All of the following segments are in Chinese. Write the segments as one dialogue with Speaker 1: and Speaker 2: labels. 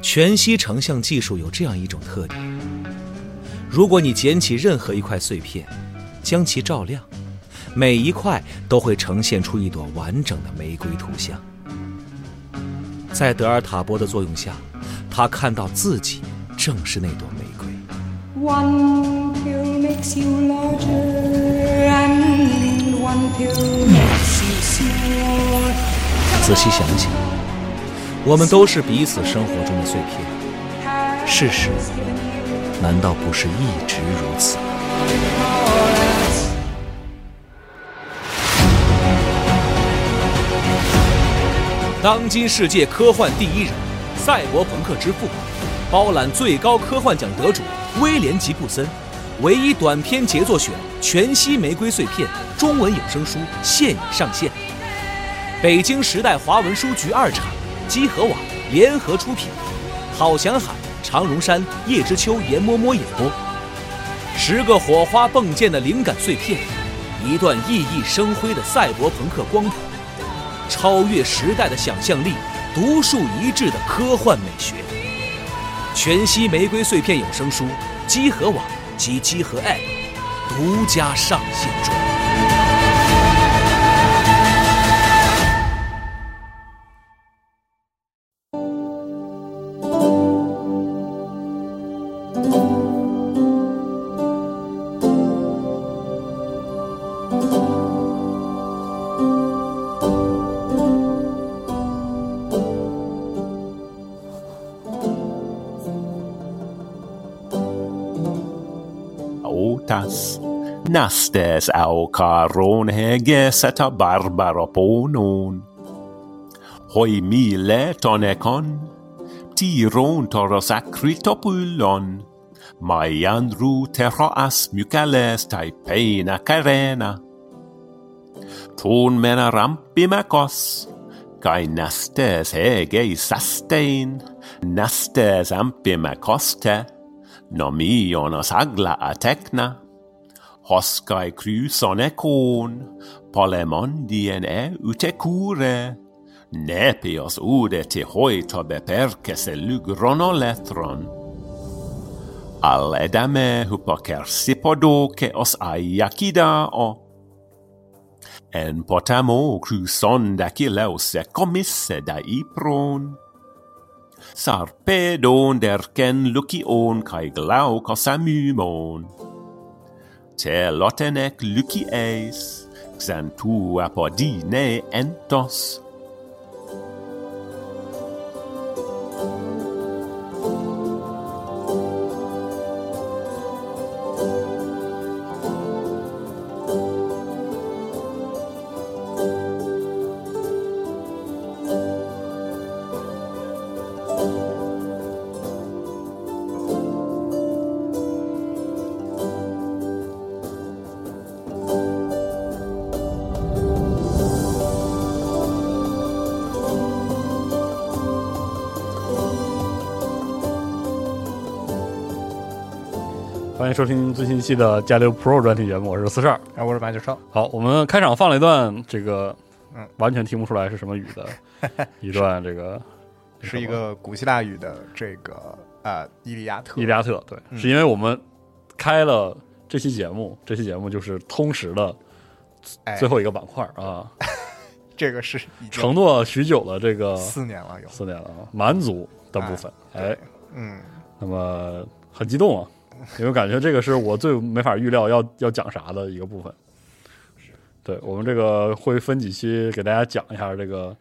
Speaker 1: 全息成像技术有这样一种特点：如果你捡起任何一块碎片，将其照亮，每一块都会呈现出一朵完整的玫瑰图像。在德尔塔波的作用下，他看到自己正是那朵玫瑰。
Speaker 2: One pill makes you larger, and one pill makes you smaller.
Speaker 1: 仔细想想，我们都是彼此生活中的碎片，事实难道不是一直如此？当今世界科幻第一人，赛博朋克之父，包揽最高科幻奖得主威廉吉布森，唯一短篇杰作选《全息玫瑰碎片》中文有声书现已上线。北京时代华文书局二厂、积禾网联合出品，郝祥海、常荣山、叶知秋、严嬷嬷演播。十个火花迸溅的灵感碎片，一段熠熠生辉的赛博朋克光谱，超越时代的想象力，独树一帜的科幻美学。全息玫瑰碎片有声书，积禾网及积禾 App 独家上线中。
Speaker 3: autas. Nastes au caron heges eta barbara ponon. Hoi mile tonecon, tiron toros acritopulon, mai andru terroas mucales tai pena carena. Ton mena rampimacos, cae nastes hege sastein, nastes ampimacoste, nomionas agla atecna, hoscae cruson econ, polemondien e utecure, nepios ude te hoito beperces lugronolethron. Al edame hypocersipodoce os aiacidao, en potamo cruson dacileuse comisse da ipron, sarpedon derken lucion cae glaucos amymon. Te lotenec lucies, xantu apodine entos,
Speaker 4: 欢迎收听最新一期的《加六 Pro》专题节目，我是四十二。
Speaker 5: 哎，我是白九少，
Speaker 4: 好，我们开场放了一段这个，
Speaker 5: 嗯
Speaker 4: 完全听不出来是什么语 的一段这个
Speaker 5: 是一个古希腊语的这个啊、呃伊利亚特》。
Speaker 4: 伊利亚特，对，
Speaker 5: 嗯
Speaker 4: 是因为我们开了这期节目，这期节目就是通识的
Speaker 5: 哎，
Speaker 4: 最后一个板块啊，
Speaker 5: 这个是已经
Speaker 4: 承诺许久的这个
Speaker 5: 四年了有，
Speaker 4: 四年了啊，蛮族的部分，哎，
Speaker 5: 嗯，
Speaker 4: 那么很激动啊，因为感觉这个是我最没法预料要要讲啥的一个部分。对我们这个会分几期给大家讲一下这个，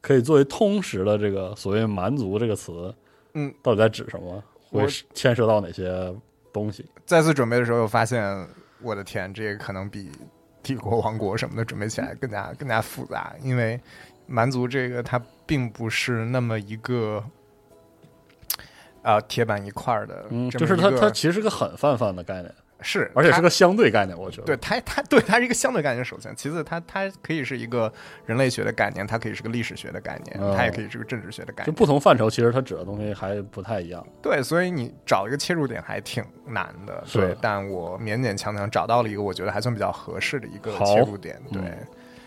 Speaker 4: 可以作为通识的这个所谓“蛮族”这个词，
Speaker 5: 嗯，
Speaker 4: 到底在指什么？
Speaker 5: 我
Speaker 4: 会牵涉到哪些东西？
Speaker 5: 再次准备的时候又发现，我的天，这个可能比帝国、王国什么的准备起来更加更加复杂，因为蛮族这个它并不是那么一个啊、呃铁板一块儿的这么
Speaker 4: 嗯，
Speaker 5: 一个，
Speaker 4: 就是它它其实是个很泛泛的概念，
Speaker 5: 是，
Speaker 4: 而且
Speaker 5: 它
Speaker 4: 是个相对概念，我觉得。
Speaker 5: 对它，它对它是一个相对概念，首先，其次它，它可以是一个人类学的概念，它可以是个历史学的概念，
Speaker 4: 嗯
Speaker 5: 它也可以是个政治学的概
Speaker 4: 就
Speaker 5: 念。
Speaker 4: 不同范畴，其实它指的东西还不太一样。
Speaker 5: 对，所以你找一个切入点还挺难的。
Speaker 4: 是
Speaker 5: 对，但我勉勉强强找到了一个我觉得还算比较合适的一个
Speaker 4: 好嗯
Speaker 5: 切入点。对，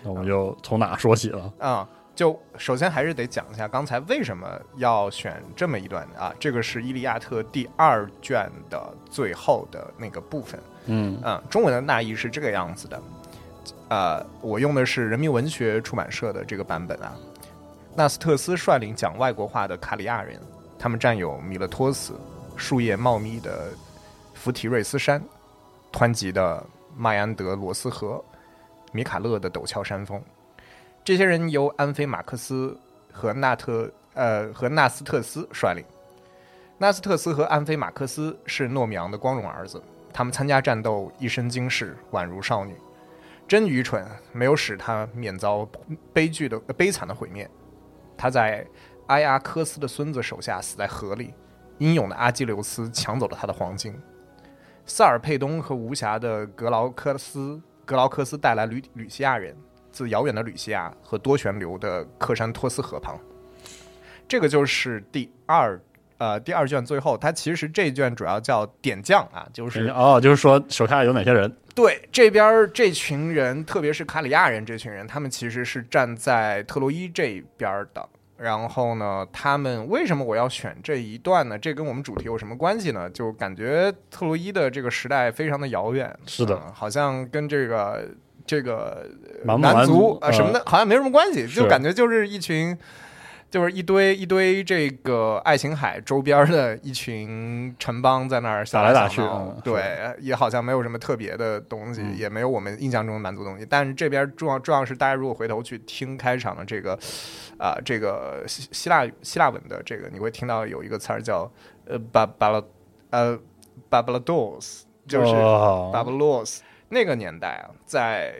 Speaker 4: 那我们就从哪说起了？
Speaker 5: 啊、就首先还是得讲一下刚才为什么要选这么一段啊？这个是《伊利亚特》第二卷的最后的那个部分。
Speaker 4: 嗯
Speaker 5: 嗯，中文的大意是这个样子的。呃，我用的是人民文学出版社的这个版本啊。纳斯特斯率领讲外国话的卡里亚人，他们占有米勒托斯树叶茂密的弗提瑞斯山，湍急的迈安德罗斯河，米卡勒的陡峭山峰。这些人由安菲马克斯和纳特呃和纳斯特斯率领。纳斯特斯和安菲马克斯是诺米昂的光荣儿子，他们参加战斗，一身惊世，宛如少女。真愚蠢，没有使他免遭悲剧的、呃悲惨的毁灭。他在埃阿科斯的孙子手下死在河里，英勇的阿基琉斯抢走了他的黄金。塞尔佩东和无暇的格劳克斯，格劳克斯带来吕吕西亚人，自遥远的吕西亚和多泉流的克山托斯河旁。这个就是第二呃第二卷最后，它其实这一卷主要叫点将啊，就是
Speaker 4: 哦，就是说手下有哪些人？
Speaker 5: 对这边儿这群人，特别是卡里亚人这群人，他们其实是站在特洛伊这边儿的。然后呢，他们为什么我要选这一段呢？这跟我们主题有什么关系呢？就感觉特洛伊的这个时代非常的遥远，
Speaker 4: 是的
Speaker 5: 嗯好像跟这个这个
Speaker 4: 蛮
Speaker 5: 蛮族
Speaker 4: 族
Speaker 5: 啊、什么的，，好像没什么关系，
Speaker 4: 是
Speaker 5: 就感觉就是一群，就是一堆一堆这个爱琴海周边的一群城邦在那儿
Speaker 4: 打来打
Speaker 5: 小闹
Speaker 4: 去嗯
Speaker 5: 对，也好像没有什么特别的东西，
Speaker 4: 嗯
Speaker 5: 也没有我们印象中的满族东西。但是这边重要重要是，大家如果回头去听开场的这个啊、这个希希腊希腊文的这个，你会听到有一个词儿叫呃巴巴拉呃巴巴拉多斯，就是
Speaker 4: 哦
Speaker 5: b a b l o s 那个年代啊，在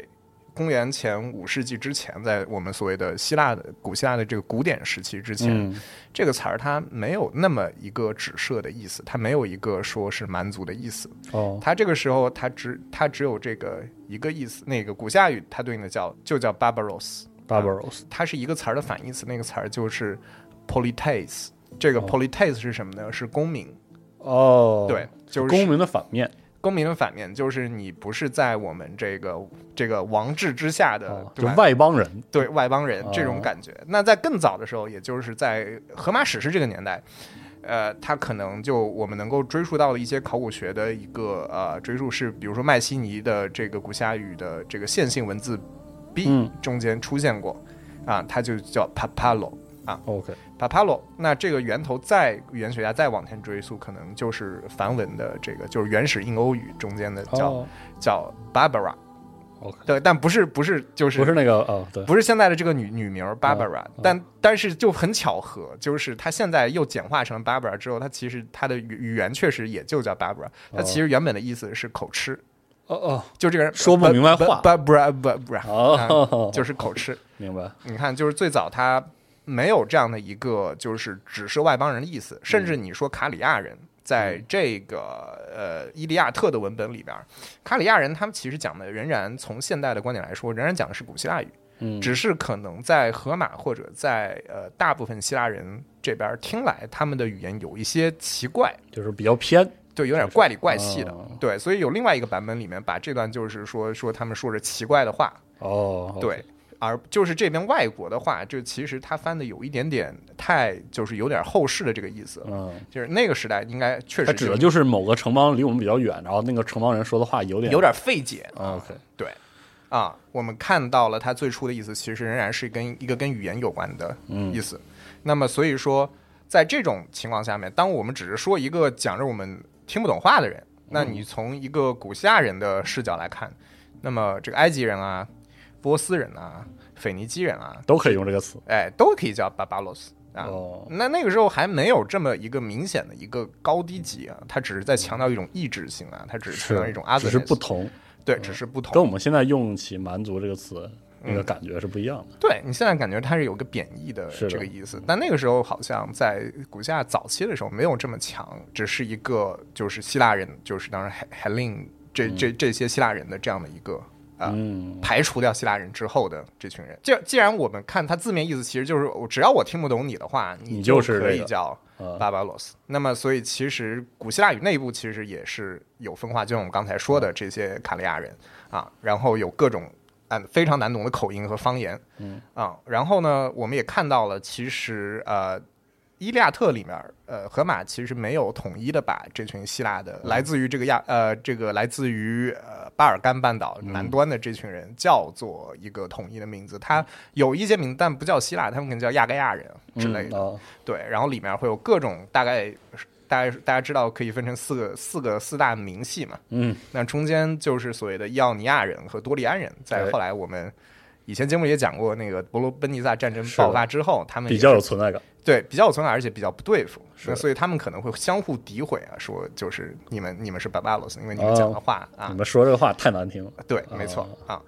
Speaker 5: 公元前五世纪之前，在我们所谓的希腊的古希腊的这个古典时期之前，
Speaker 4: 嗯
Speaker 5: 这个词儿它没有那么一个指涉的意思，它没有一个说是蛮族的意思，
Speaker 4: 哦，
Speaker 5: 它这个时候它只它只有这个一个意思。那个古希腊语它对应的叫就叫 barbaros，
Speaker 4: barbaros
Speaker 5: 它是一个词儿的反义词，那个词儿就是 polites。这个 polites 是什么呢？是公民，
Speaker 4: 哦，
Speaker 5: 对，就是
Speaker 4: 公民的反面，
Speaker 5: 公民的反面就是你不是在我们这个这个王制之下的，
Speaker 4: 哦
Speaker 5: 对
Speaker 4: 就
Speaker 5: 吧？
Speaker 4: 外邦人，
Speaker 5: 对外邦人
Speaker 4: 哦
Speaker 5: 这种感觉。那在更早的时候，也就是在荷马史诗这个年代，呃，它可能就我们能够追溯到的一些考古学的一个呃追溯是，比如说迈锡尼的这个古希腊语的这个线性文字 B
Speaker 4: 嗯
Speaker 5: 中间出现过，啊，它就叫 papalo。
Speaker 4: OK，
Speaker 5: papalo，那这个源头再语言学家再往前追溯，可能就是梵文的这个，就是原始印欧语中间的叫、
Speaker 4: 哦
Speaker 5: 叫 Barbara，
Speaker 4: OK，
Speaker 5: 对，但不是不是就是
Speaker 4: 不是那个哦，对，
Speaker 5: 不是现在的这个女女名儿 Barbara，、
Speaker 4: 啊
Speaker 5: 但但是就很巧合，就是她现在又简化成了 Barbara 之后，她其实她的语语言确实也就叫 Barbara，她其实原本的意思是口吃，
Speaker 4: 哦哦
Speaker 5: 就这个人
Speaker 4: 说不明白话
Speaker 5: Barbara Barbara，、
Speaker 4: 哦，
Speaker 5: 就是口吃。
Speaker 4: 明白，
Speaker 5: 你看，就是最早他没有这样的一个，就是只是外邦人的意思，甚
Speaker 4: 嗯
Speaker 5: 至你说卡里亚人。在这个呃《伊利亚特》的文本里边，卡里亚人他们其实讲的仍然从现代的观点来说，仍然讲的是古希腊语，
Speaker 4: 嗯，
Speaker 5: 只是可能在荷马或者在呃大部分希腊人这边听来，他们的语言有一些奇怪，
Speaker 4: 就是比较偏，
Speaker 5: 对，有点怪里怪气的
Speaker 4: 哦，
Speaker 5: 对，所以有另外一个版本里面把这段就是说说他们说着奇怪的话，
Speaker 4: 哦，
Speaker 5: 对，而就是这边外国的话，就其实他翻的有一点点太，就是有点后世的这个意思了。
Speaker 4: 嗯，
Speaker 5: 就是那个时代应该确
Speaker 4: 他
Speaker 5: 实
Speaker 4: 指的就是某个城邦离我们比较远，然后那个城邦人说的话有点
Speaker 5: 有点费解，
Speaker 4: 哦 OK，
Speaker 5: 对。啊，我们看到了他最初的意思，其实仍然是跟一个跟语言有关的
Speaker 4: 嗯
Speaker 5: 意思。那么所以说，在这种情况下面，当我们只是说一个讲着我们听不懂话的人，那
Speaker 4: 嗯
Speaker 5: 你从一个古希腊人的视角来看，那么这个埃及人啊、波斯人啊、腓尼基人啊，
Speaker 4: 都可以用这个词，
Speaker 5: 哎，都可以叫巴巴罗斯啊。
Speaker 4: 哦
Speaker 5: 那那个时候还没有这么一个明显的一个高低级啊，它只是在强调一种异质性啊，它只是强调一种阿
Speaker 4: 只
Speaker 5: 兹，
Speaker 4: 是不，同，
Speaker 5: 对，只是不同。
Speaker 4: 跟我们现在用起“蛮族”这个词那
Speaker 5: 嗯
Speaker 4: 个感觉是不一样的。
Speaker 5: 对你现在感觉它是有个贬义的
Speaker 4: 是的
Speaker 5: 这个意思，但那个时候好像在古希腊早期的时候没有这么强，只是一个就是希腊人，就是当然 h e l e n 这这这些希腊人的这样的一个啊、
Speaker 4: 嗯，
Speaker 5: 排除掉希腊人之后的这群人。既既然我们看它字面意思，其实就是我只要我听不懂你的话，
Speaker 4: 你
Speaker 5: 就
Speaker 4: 就是
Speaker 5: 可
Speaker 4: 这
Speaker 5: 以
Speaker 4: 个
Speaker 5: 叫
Speaker 4: 啊
Speaker 5: 巴巴罗斯。那么，所以其实古希腊语内部其实也是有分化，就像我们刚才说的这些卡利亚人啊，然后有各种嗯非常难懂的口音和方言，嗯啊，然后呢，我们也看到了，其实呃，《伊利亚特》里面，呃，荷马其实没有统一的把这群希腊的、来自于这个亚呃这个来自于呃巴尔干半岛南端的这群人叫做一个统一的名字，他有一些名字但不叫希腊，他们可能叫亚该亚人之类的，
Speaker 4: 嗯啊
Speaker 5: 对，然后里面会有各种大概。大概大家知道可以分成四个四个四大明系嘛，
Speaker 4: 嗯，
Speaker 5: 那中间就是所谓的伊奥尼亚人和多利安人，在
Speaker 4: 对
Speaker 5: 后来我们以前节目里也讲过，那个伯罗奔尼撒战争
Speaker 4: 是的
Speaker 5: 爆发之后，他们
Speaker 4: 比
Speaker 5: 也
Speaker 4: 较有
Speaker 5: 是
Speaker 4: 存在感。
Speaker 5: 对比较有存在，而且比较不对付，
Speaker 4: 是
Speaker 5: 那所以他们可能会相互诋毁啊，说就是你们你们是 barbaros，因为你
Speaker 4: 哦
Speaker 5: 们讲的话啊
Speaker 4: 你，们说这个话太难 听了，
Speaker 5: 对，没错
Speaker 4: 哦
Speaker 5: 啊，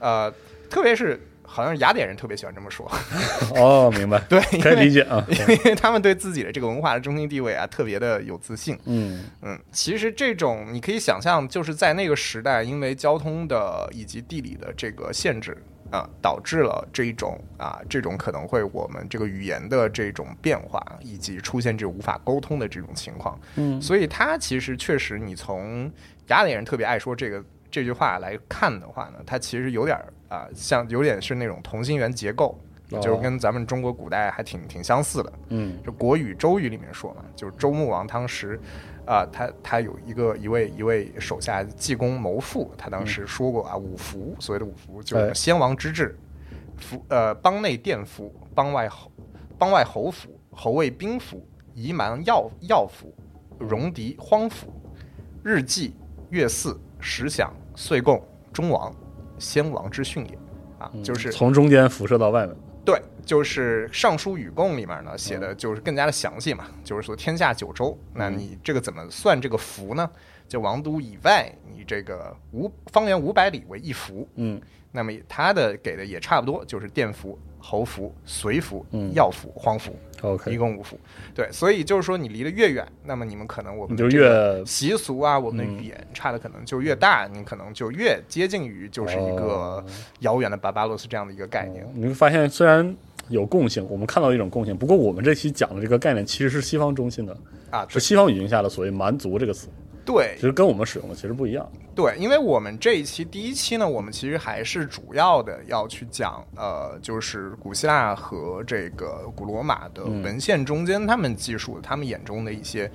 Speaker 5: 呃，特别是好像是雅典人特别喜欢这么说，
Speaker 4: 哦，明白，
Speaker 5: 对，因
Speaker 4: 可以
Speaker 5: 为
Speaker 4: 理解啊。
Speaker 5: 因为他 们对自己的这个文化的中心地位啊，特别的有自信。
Speaker 4: 嗯，
Speaker 5: 嗯，其实这种你可以想象，就是在那个时代，因为交通的以及地理的这个限制啊、导致了这一种啊、这种可能会我们这个语言的这种变化，以及出现这种无法沟通的这种情况。嗯，所以它其实确实，你从雅典人特别爱说这个这句话来看的话呢，它其实有点儿啊、像有点是那种同心圆结构。
Speaker 4: 哦
Speaker 5: 就是跟咱们中国古代还挺挺相似的，
Speaker 4: 嗯，
Speaker 5: 就国语、周语里面说嘛，就是周穆王当时，啊、他他有一个一位一位手下济公谋父，他当时说过啊，五福，所谓的五福就是
Speaker 4: 哎
Speaker 5: 先王之治，服呃邦内殿服，邦外侯邦外侯服，侯卫兵服，夷蛮药药服，戎狄荒服，日祭月祀时享岁贡中王，先王之训也。啊，就是
Speaker 4: 从中间辐射到外面，
Speaker 5: 对，就是《尚书禹贡》里面呢写
Speaker 4: 嗯
Speaker 5: 的就是更加的详细嘛，就是说天下九州，那你这个怎么算这个福呢？就王都以外，你这个五方圆五百里为一福，
Speaker 4: 嗯，
Speaker 5: 那么他的给的也差不多，就是殿服、侯服、随服
Speaker 4: 嗯、
Speaker 5: 药服、荒服，
Speaker 4: OK
Speaker 5: 一共五服。对，所以就是说你离得越远，那么你们可能我们
Speaker 4: 你就
Speaker 5: 这个
Speaker 4: 越呃嗯
Speaker 5: 习俗啊，我们的语言差的可能就越大，你可能就越接近于就是一个
Speaker 4: 哦
Speaker 5: 遥远的巴巴洛斯这样的一个概念。
Speaker 4: 你会发现虽然有共性，我们看到一种共性，不过我们这期讲的这个概念其实是西方中心的，
Speaker 5: 啊
Speaker 4: 是西方语境下的所谓“蛮族”这个词，
Speaker 5: 对
Speaker 4: 其，实跟我们使用的其实不一样。
Speaker 5: 对，因为我们这一期第一期呢，我们其实还是主要的要去讲，呃，就是古希腊和这个古罗马的
Speaker 4: 嗯
Speaker 5: 文献中间，他们记述他们眼中的一些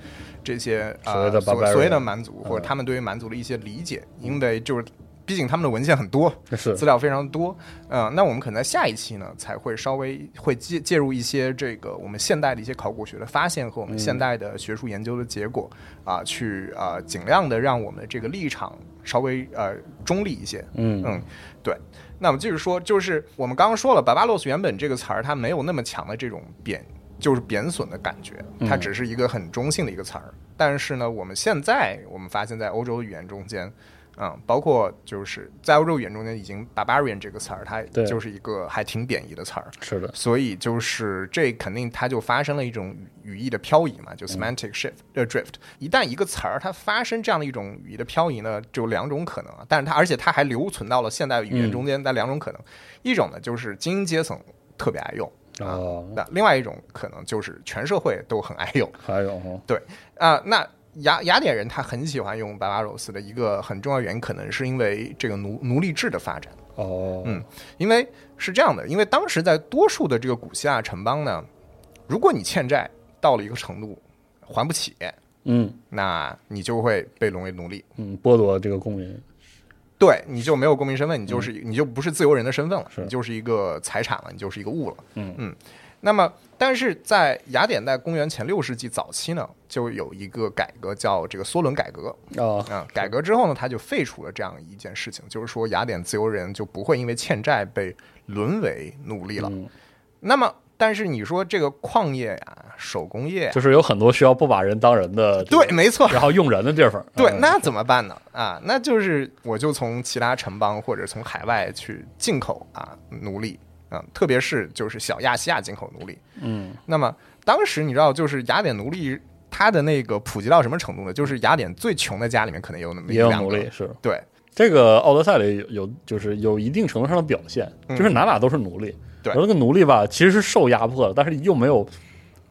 Speaker 5: 这些呃
Speaker 4: 所谓的
Speaker 5: 所
Speaker 4: barbarian
Speaker 5: 所谓的蛮族，或者他们对于蛮族的一些理解，因为就是毕竟他们的文献很多，
Speaker 4: 是
Speaker 5: 资料非常多，呃，那我们可能在下一期呢才会稍微会介介入一些这个我们现代的一些考古学的发现和我们现代的学术研究的结果啊、去啊、尽量的让我们的这个立场稍微呃中立一些。
Speaker 4: 嗯
Speaker 5: 嗯，对。那我们继续说，就是我们刚刚说了，巴巴洛斯原本这个词儿它没有那么强的这种贬，就是贬损的感觉，
Speaker 4: 嗯
Speaker 5: 它只是一个很中性的一个词儿。但是呢，我们现在我们发现，在欧洲语言中间，嗯，包括就是在欧洲语言中间，已经 barbarian 这个词儿，它
Speaker 4: 对
Speaker 5: 就是一个还挺贬义的词儿。
Speaker 4: 是的，
Speaker 5: 所以就是这肯定它就发生了一种语语义的漂移嘛，就 semantic shift 呃 drift。一旦一个词儿它发生这样的一种语义的漂移呢，就有两种可能啊。但是它而且它还留存到了现代语言中间，那两种可能，一种呢就是精英阶层特别爱用啊
Speaker 4: 哦，
Speaker 5: 那另外一种可能就是全社会都很爱用。
Speaker 4: 还有哦哈，
Speaker 5: 对啊、那雅雅典人他很喜欢用巴巴罗斯的一个很重要原因，可能是因为这个奴奴隶制的发展。
Speaker 4: 哦，
Speaker 5: 嗯，因为是这样的，因为当时在多数的这个古希腊城邦呢，如果你欠债到了一个程度还不起，
Speaker 4: 嗯
Speaker 5: 那你就会被沦为奴隶，
Speaker 4: 嗯，剥夺这个公民，
Speaker 5: 对，你就没有公民身份，你就是、你就不是自由人的身份了，
Speaker 4: 是
Speaker 5: 你就是一个财产了，你就是一个物了。嗯嗯，那么但是在雅典在公元前六世纪早期呢，就有一个改革叫这个梭伦改革。
Speaker 4: 啊，
Speaker 5: 啊，改革之后呢，他就废除了这样一件事情，就是说雅典自由人就不会因为欠债被沦为奴隶了。
Speaker 4: 嗯
Speaker 5: 那么，但是你说这个矿业呀、手工业呀、
Speaker 4: 就是有很多需要不把人当人的，
Speaker 5: 对，，没错，
Speaker 4: 然后用人的地方，
Speaker 5: 对
Speaker 4: 嗯，
Speaker 5: 那怎么办呢？啊，那就是我就从其他城邦或者从海外去进口啊奴隶啊，特别是就是小亚细亚进口奴隶。嗯，那么当时你知道，就是雅典奴隶它的那个普及到什么程度呢？就是雅典最穷的家里面可能有那么一
Speaker 4: 也有
Speaker 5: 两
Speaker 4: 奴
Speaker 5: 个
Speaker 4: 隶，，是
Speaker 5: 对，
Speaker 4: 这个《奥德赛》里有有就是有一定程度上的表现，就是哪哪都是奴隶，
Speaker 5: 嗯对
Speaker 4: 然后那个奴隶吧其实是受压迫的，但是又没有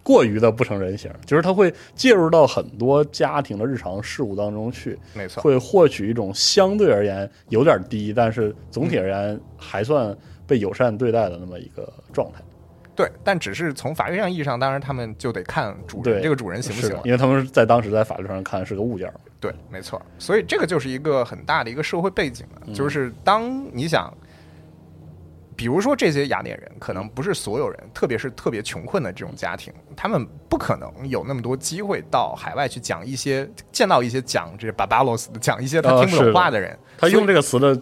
Speaker 4: 过于的不成人形，就是他会介入到很多家庭的日常事务当中去，
Speaker 5: 没错
Speaker 4: 会获取一种相对而言有点低，但是总体而言还算被友善对待的那么一个状态。
Speaker 5: 对，但只是从法律上意义上，当然他们就得看主
Speaker 4: 对，
Speaker 5: 人这个主人行不
Speaker 4: 是
Speaker 5: 行
Speaker 4: 的
Speaker 5: 啊了。
Speaker 4: 因为他们在当时在法律上看是个物件儿，
Speaker 5: 对，没错。所以这个就是一个很大的一个社会背景了，
Speaker 4: 嗯
Speaker 5: 就是当你想，比如说这些雅典人，可能不是所有人，特别是特别穷困的这种家庭，他们不可能有那么多机会到海外去讲一些见到一些讲这巴巴罗斯的讲一些他
Speaker 4: 啊
Speaker 5: 听
Speaker 4: 是
Speaker 5: 不懂
Speaker 4: 的
Speaker 5: 话的人，
Speaker 4: 他
Speaker 5: 所以
Speaker 4: 用这个词的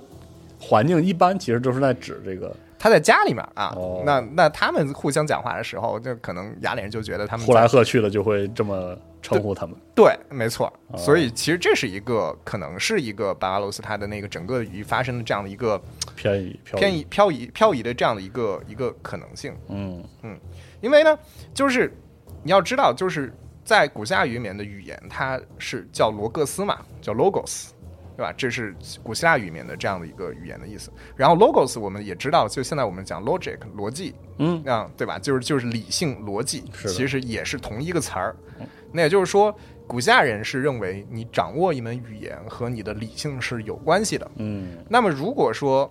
Speaker 4: 环境一般其实就是在指这个
Speaker 5: 他在家里面啊，
Speaker 4: 哦
Speaker 5: 那那他们互相讲话的时候，就可能雅典人就觉得他们
Speaker 4: 呼来
Speaker 5: 在
Speaker 4: 喝去的就会这么称呼他们。
Speaker 5: 对，没错。
Speaker 4: 哦
Speaker 5: 所以其实这是一个可能是一个巴巴罗斯他的那个整个语义发生的这样的一个
Speaker 4: 偏移漂移
Speaker 5: 偏移、漂移、漂移的这样的一个一个可能性。
Speaker 4: 嗯
Speaker 5: 因为呢，就是你要知道，就是在古希腊语里面的语言，它是叫罗格斯嘛，叫 logos，对吧？这是古希腊语里面的这样的一个语言的意思。然后 logos 我们也知道，就现在我们讲 logic 逻辑，
Speaker 4: 嗯
Speaker 5: 啊，对吧？就是就是理性逻辑，
Speaker 4: 是的
Speaker 5: 其实也是同一个词儿。那也就是说，古希腊人是认为你掌握一门语言和你的理性是有关系的。
Speaker 4: 嗯
Speaker 5: 那么如果说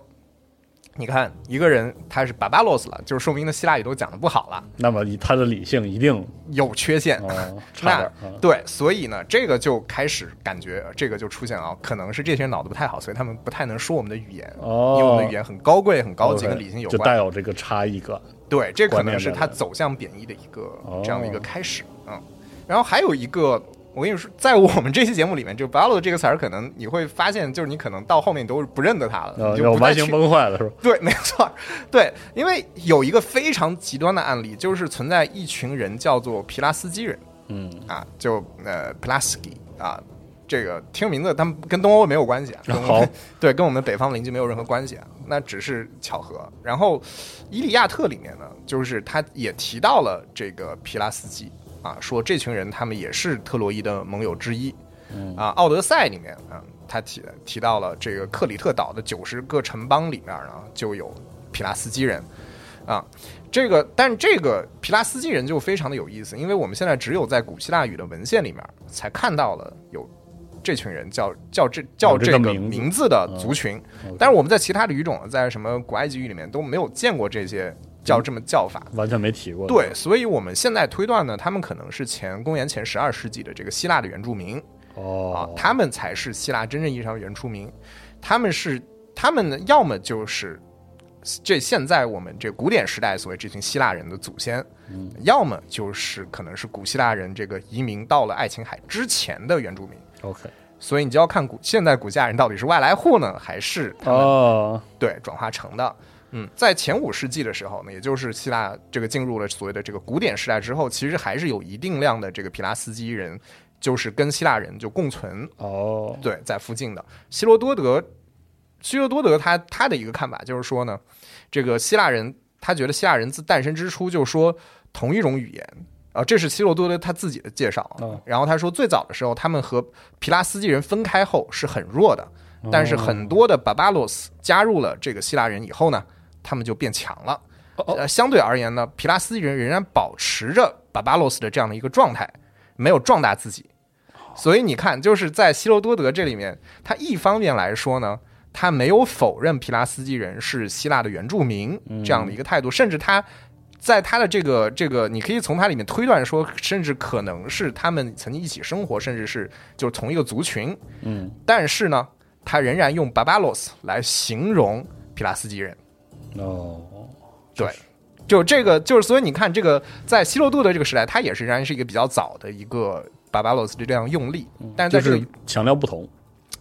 Speaker 5: 你看一个人他是巴巴罗斯了，就是说明他希腊语都讲的不好了，
Speaker 4: 那么你他的理性一定
Speaker 5: 有缺陷。
Speaker 4: 哦差
Speaker 5: 那
Speaker 4: 点儿啊，
Speaker 5: 对，所以呢，这个就开始感觉呃这个就出现啊，可能是这些人脑子不太好，所以他们不太能说我们的语言，
Speaker 4: 哦
Speaker 5: 因为我们的语言很高贵、很高级，
Speaker 4: OK，
Speaker 5: 跟理性有
Speaker 4: 就带
Speaker 5: 关。
Speaker 4: 有这个差异感。
Speaker 5: 对，这可
Speaker 4: 观
Speaker 5: 能
Speaker 4: 念哦
Speaker 5: 是
Speaker 4: 在
Speaker 5: 他
Speaker 4: 里面
Speaker 5: 走向贬义的一个
Speaker 4: 哦
Speaker 5: 这样的一个开始。嗯，然后还有一个，我跟你说，在我们这期节目里面，就 b a l o 这个词儿，可能你会发现，就是你可能到后面你都不认得它了，
Speaker 4: 呃，
Speaker 5: 你就
Speaker 4: 我
Speaker 5: 不太
Speaker 4: 完
Speaker 5: 去
Speaker 4: 全崩坏了是吧？
Speaker 5: 对，没错，对，因为有一个非常极端的案例，就是存在一群人叫做皮拉斯基人
Speaker 4: 嗯，
Speaker 5: 啊，就呃 Plasky 啊，这个听名字他们跟东欧没有关系啊，跟我
Speaker 4: 好
Speaker 5: 们对，跟我们北方邻居没有任何关系啊，那只是巧合。然后《伊利亚特》里面呢，就是他也提到了这个皮拉斯基啊，说这群人他们也是特洛伊的盟友之一。啊，《奥德赛》里面啊，他提提到了这个克里特岛的九十个城邦里面呢，就有皮拉斯基人啊。这个，但这个皮拉斯基人就非常的有意思，因为我们现在只有在古希腊语的文献里面才看到了有这群人叫叫这叫
Speaker 4: 有这
Speaker 5: 这
Speaker 4: 个
Speaker 5: 个
Speaker 4: 名字嗯
Speaker 5: 名字的族群，但是我们在其他的语种，在什么古埃及语里面都没有见过这些叫这么叫法。
Speaker 4: 完全没提过。
Speaker 5: 对，，所以我们现在推断呢，他们可能是前公元前十二世纪的这个希腊的原住民，啊
Speaker 4: 哦，，
Speaker 5: 他们才是希腊真正意义上的原住民，他们是他们呢，要么就是这现在我们这古典时代所谓这群希腊人的祖先，要么就是可能是古希腊人这个移民到了爱琴海之前的原住民，
Speaker 4: OK，
Speaker 5: 所以你就要看古现在古希腊人到底是外来户呢，还是他们
Speaker 4: 哦，
Speaker 5: 对转化成的。嗯，在前五世纪的时候呢，也就是希腊这个进入了所谓的这个古典时代之后，其实还是有一定量的这个皮拉斯基人，就是跟希腊人就共存
Speaker 4: 哦，
Speaker 5: 对，在附近的希罗多德，希罗多德他他的一个看法就是说呢，这个希腊人他觉得希腊人自诞生之初就说同一种语言。啊，这是希罗多德他自己的介绍啊。
Speaker 4: 哦
Speaker 5: 然后他说，最早的时候，他们和皮拉斯基人分开后是很弱的，但是很多的巴巴洛斯加入了这个希腊人以后呢，他们就变强了。呃，相对而言呢，皮拉斯基人仍然保持着巴巴洛斯的这样的一个状态，没有壮大自己。所以你看，就是在希罗多德这里面，他一方面来说呢，他没有否认皮拉斯基人是希腊的原住民
Speaker 4: 嗯
Speaker 5: 这样的一个态度，甚至他在他的这个这个，你可以从他里面推断说，甚至可能是他们曾经一起生活，甚至是就是同一个族群。
Speaker 4: 嗯，
Speaker 5: 但是呢，他仍然用巴巴洛斯来形容皮拉斯基人。
Speaker 4: 哦，
Speaker 5: 对，就这个就是，所以你看，这个在希罗多德这个时代，他也是仍然是一个比较早的一个巴巴洛斯的这样用力，但是
Speaker 4: 嗯就
Speaker 5: 在这个
Speaker 4: 是强调不同。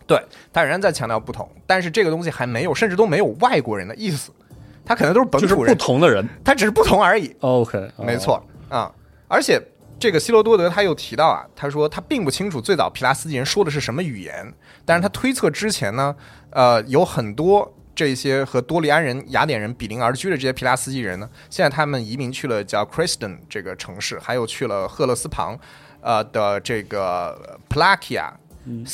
Speaker 5: 对，他仍然在强调不同，但是这个东西还没有，甚至都没有外国人的意思，他可能都是本
Speaker 4: 就是
Speaker 5: 土
Speaker 4: 不
Speaker 5: 人，
Speaker 4: 同的人
Speaker 5: 他只是不同而已，
Speaker 4: ，OK，哦
Speaker 5: 没错啊、而且这个希罗多德他又提到啊，他说他并不清楚最早皮拉斯基人说的是什么语言，但是他推测之前呢，呃，有很多这些和多利安人、雅典人比邻而居的这些皮拉斯基人呢，现在他们移民去了叫 Criston 这个城市，还有去了赫勒斯旁，呃的这个 Plakia、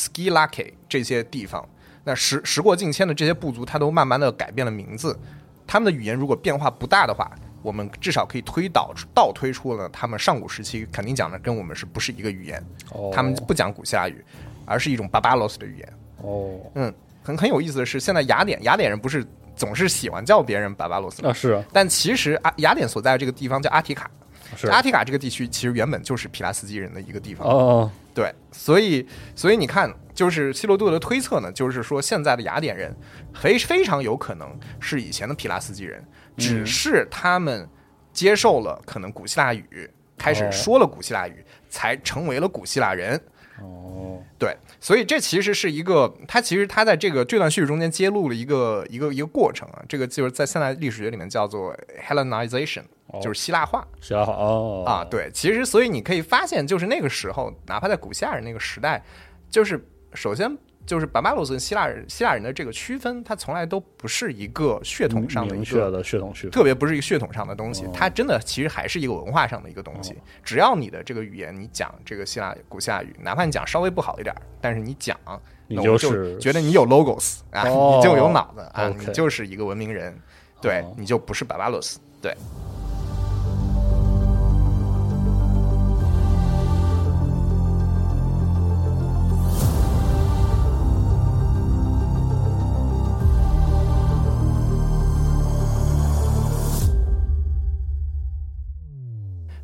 Speaker 5: Skilake 这些地方。那时时过境迁的这些部族，他都慢慢的改变了名字。他们的语言如果变化不大的话，我们至少可以推导出倒推出了他们上古时期肯定讲的跟我们是不是一个语言？
Speaker 4: 哦
Speaker 5: 他们不讲古希腊语，而是一种巴巴罗斯的语言。
Speaker 4: 哦，
Speaker 5: 嗯，很很有意思的是，现在雅典雅典人不是总是喜欢叫别人巴巴罗斯吗？
Speaker 4: 那是啊
Speaker 5: 但其实啊，雅典所在的这个地方叫阿提卡，
Speaker 4: 是
Speaker 5: 阿提卡这个地区其实原本就是皮拉斯基人的一个地方。
Speaker 4: 哦，
Speaker 5: 对，所以所以你看，就是希罗多德的推测呢，就是说现在的雅典人非非常有可能是以前的皮拉斯基人，只是他们接受了可能古希腊语，开始说了古希腊语，才成为了古希腊人。
Speaker 4: 哦，
Speaker 5: 对，所以这其实是一个，他其实他在这个这段叙事中间揭露了一个一个一个过程啊，这个就是在现代历史学里面叫做 Hellenization，就是希腊化。
Speaker 4: 写得好哦
Speaker 5: 啊，，对，其实所以你可以发现，就是那个时候，哪怕在古希腊人那个时代，就是首先就是巴巴罗斯跟希腊人希腊人的这个区分，它从来都不是一个血统上的一
Speaker 4: 明确
Speaker 5: 个，
Speaker 4: 的血统区分
Speaker 5: 特别不是一个血统上的东西，它真的其实还是一个文化上的一个东西。只要你的这个语言，你讲这个希腊古希腊语，哪怕你讲稍微不好一点儿，但是你讲，
Speaker 4: 你
Speaker 5: 那我
Speaker 4: 就是
Speaker 5: 觉得你有 logos 啊，
Speaker 4: 哦
Speaker 5: 你就有脑子啊，
Speaker 4: OK
Speaker 5: 你就是一个文明人，对你就不是巴巴罗斯，对。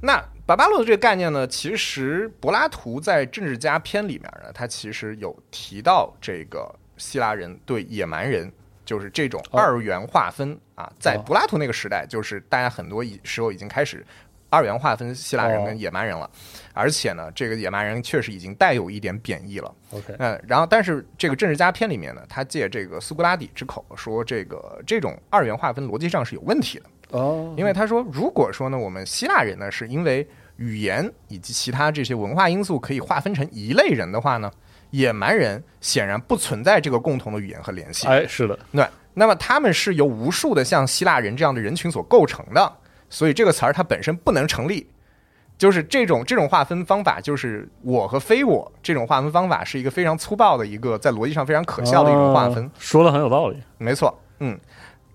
Speaker 5: 那巴巴洛的这个概念呢，其实柏拉图在《政治家篇》里面呢，他其实有提到这个希腊人对野蛮人。就是这种二元划分、啊，在柏拉图那个时代，就是大家很多已时候已经开始二元划分希腊人跟野蛮人了，而且呢，这个野蛮人确实已经带有一点贬义了。
Speaker 4: ，OK，
Speaker 5: 嗯，然后但是这个政治家篇里面呢，他借这个苏格拉底之口说，这个这种二元划分逻辑上是有问题的。
Speaker 4: 哦，
Speaker 5: 因为他说，如果说呢，我们希腊人呢是因为语言以及其他这些文化因素可以划分成一类人的话呢，野蛮人显然不存在这个共同的语言和联系。
Speaker 4: 哎，是的，
Speaker 5: 对，那么他们是由无数的像希腊人这样的人群所构成的，所以这个词儿它本身不能成立。就是这种这种划分方法，就是我和非我这种划分方法是一个非常粗暴的一个在逻辑上非常可笑的一种划分。
Speaker 4: 哦说的很有道理，
Speaker 5: 没错，嗯，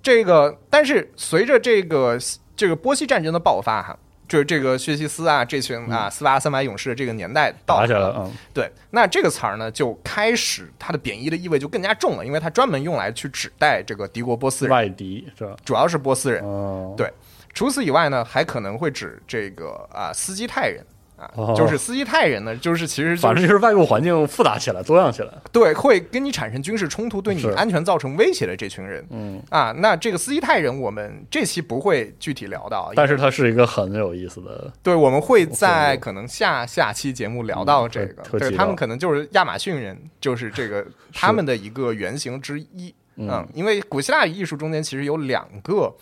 Speaker 5: 这个，但是随着这个这个波西战争的爆发，哈，就是这个薛西斯啊，这群啊斯巴达三百勇士的这个年代
Speaker 4: 嗯
Speaker 5: 到
Speaker 4: 打
Speaker 5: 来
Speaker 4: 起来了，嗯，
Speaker 5: 对，那这个词儿呢，就开始它的贬义的意味就更加重了，因为它专门用来去指代这个敌国波斯人，
Speaker 4: 外敌是吧？
Speaker 5: 主要是波斯人。
Speaker 4: 嗯，
Speaker 5: 对，除此以外呢，还可能会指这个啊斯基泰人啊
Speaker 4: 哦，
Speaker 5: 就是斯基泰人呢，就是其实就
Speaker 4: 反
Speaker 5: 是
Speaker 4: 正就是外部环境复杂起来，多样起来，
Speaker 5: 对，会跟你产生军事冲突，对你
Speaker 4: 是
Speaker 5: 安全造成威胁的这群人，嗯啊，那这个斯基泰人，我们这期不会具体聊到，
Speaker 4: 但是它是一个很有意思的，
Speaker 5: 对，我们会在可能下下期节目聊到这个，
Speaker 4: 嗯会会
Speaker 5: 对
Speaker 4: 提到
Speaker 5: 他们可能就是亚马逊人，就是这个他们的一个原型之一，嗯因为古希腊艺术中间其实有两个。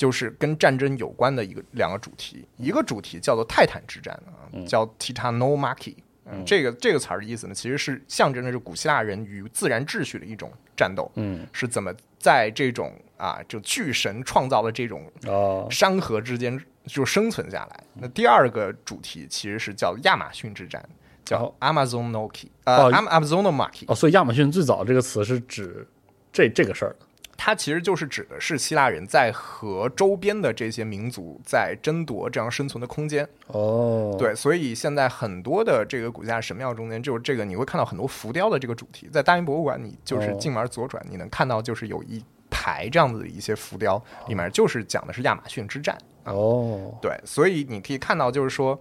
Speaker 5: 就是跟战争有关的一个两个主题，一个主题叫做泰坦之战啊，叫 Titanomachy，嗯，这个这个词儿的意思呢，其实是象征着是古希腊人与自然秩序的一种战斗，嗯，是怎么在这种啊就巨神创造的这种
Speaker 4: 哦，
Speaker 5: 山河之间就生存下来。那第二个主题其实是叫亚马逊之战，叫
Speaker 4: 哦
Speaker 5: Amazonoki，
Speaker 4: 哦
Speaker 5: 呃，Am-，Amazonomachy，
Speaker 4: 哦，所以亚马逊最早这个词是指这这个事儿的，
Speaker 5: 它其实就是指的是希腊人在和周边的这些民族在争夺这样生存的空间。
Speaker 4: 哦，
Speaker 5: 对，所以现在很多的这个古希腊神庙中间，就是这个你会看到很多浮雕的这个主题，在大英博物馆，你就是
Speaker 4: 哦
Speaker 5: 进门左转，你能看到就是有一排这样子的一些浮雕，里面就是讲的是亚马逊之战。
Speaker 4: 哦，
Speaker 5: 对，所以你可以看到，就是说，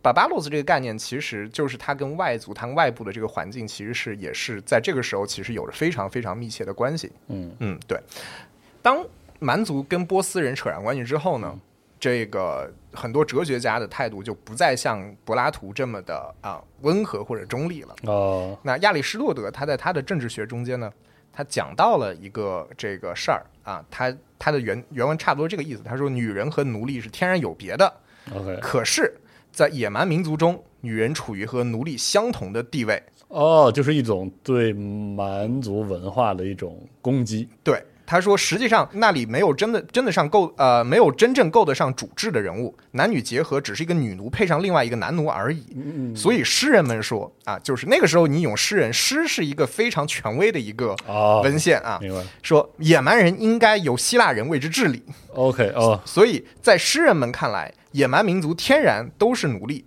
Speaker 5: 巴巴洛斯这个概念，其实就是它跟外族、它跟外部的这个环境，其实是也是在这个时候，其实有着非常非常密切的关系。
Speaker 4: 嗯
Speaker 5: 嗯，对。当蛮族跟波斯人扯上关系之后
Speaker 4: 嗯
Speaker 5: 呢，这个很多哲学家的态度就不再像柏拉图这么的啊温和或者中立了。
Speaker 4: 哦，
Speaker 5: 那亚里士多德他在他的政治学中间呢，他讲到了一个这个事儿啊，他他的原原文差不多这个意思。他说，女人和奴隶是天然有别的，
Speaker 4: ，OK，
Speaker 5: 可是，在野蛮民族中，女人处于和奴隶相同的地位。
Speaker 4: 哦，就是一种对蛮族文化的一种攻击，
Speaker 5: 对，他说实际上那里没有真的真的上够呃没有真正够得上主治的人物，男女结合只是一个女奴配上另外一个男奴而已。
Speaker 4: 嗯
Speaker 5: 所以诗人们说啊，就是那个时候你咏诗人，诗是一个非常权威的一个
Speaker 4: 哦
Speaker 5: 文献啊，
Speaker 4: 明白
Speaker 5: 说野蛮人应该由希腊人为之治理。
Speaker 4: OK 哦，
Speaker 5: 所以在诗人们看来，野蛮民族天然都是奴隶。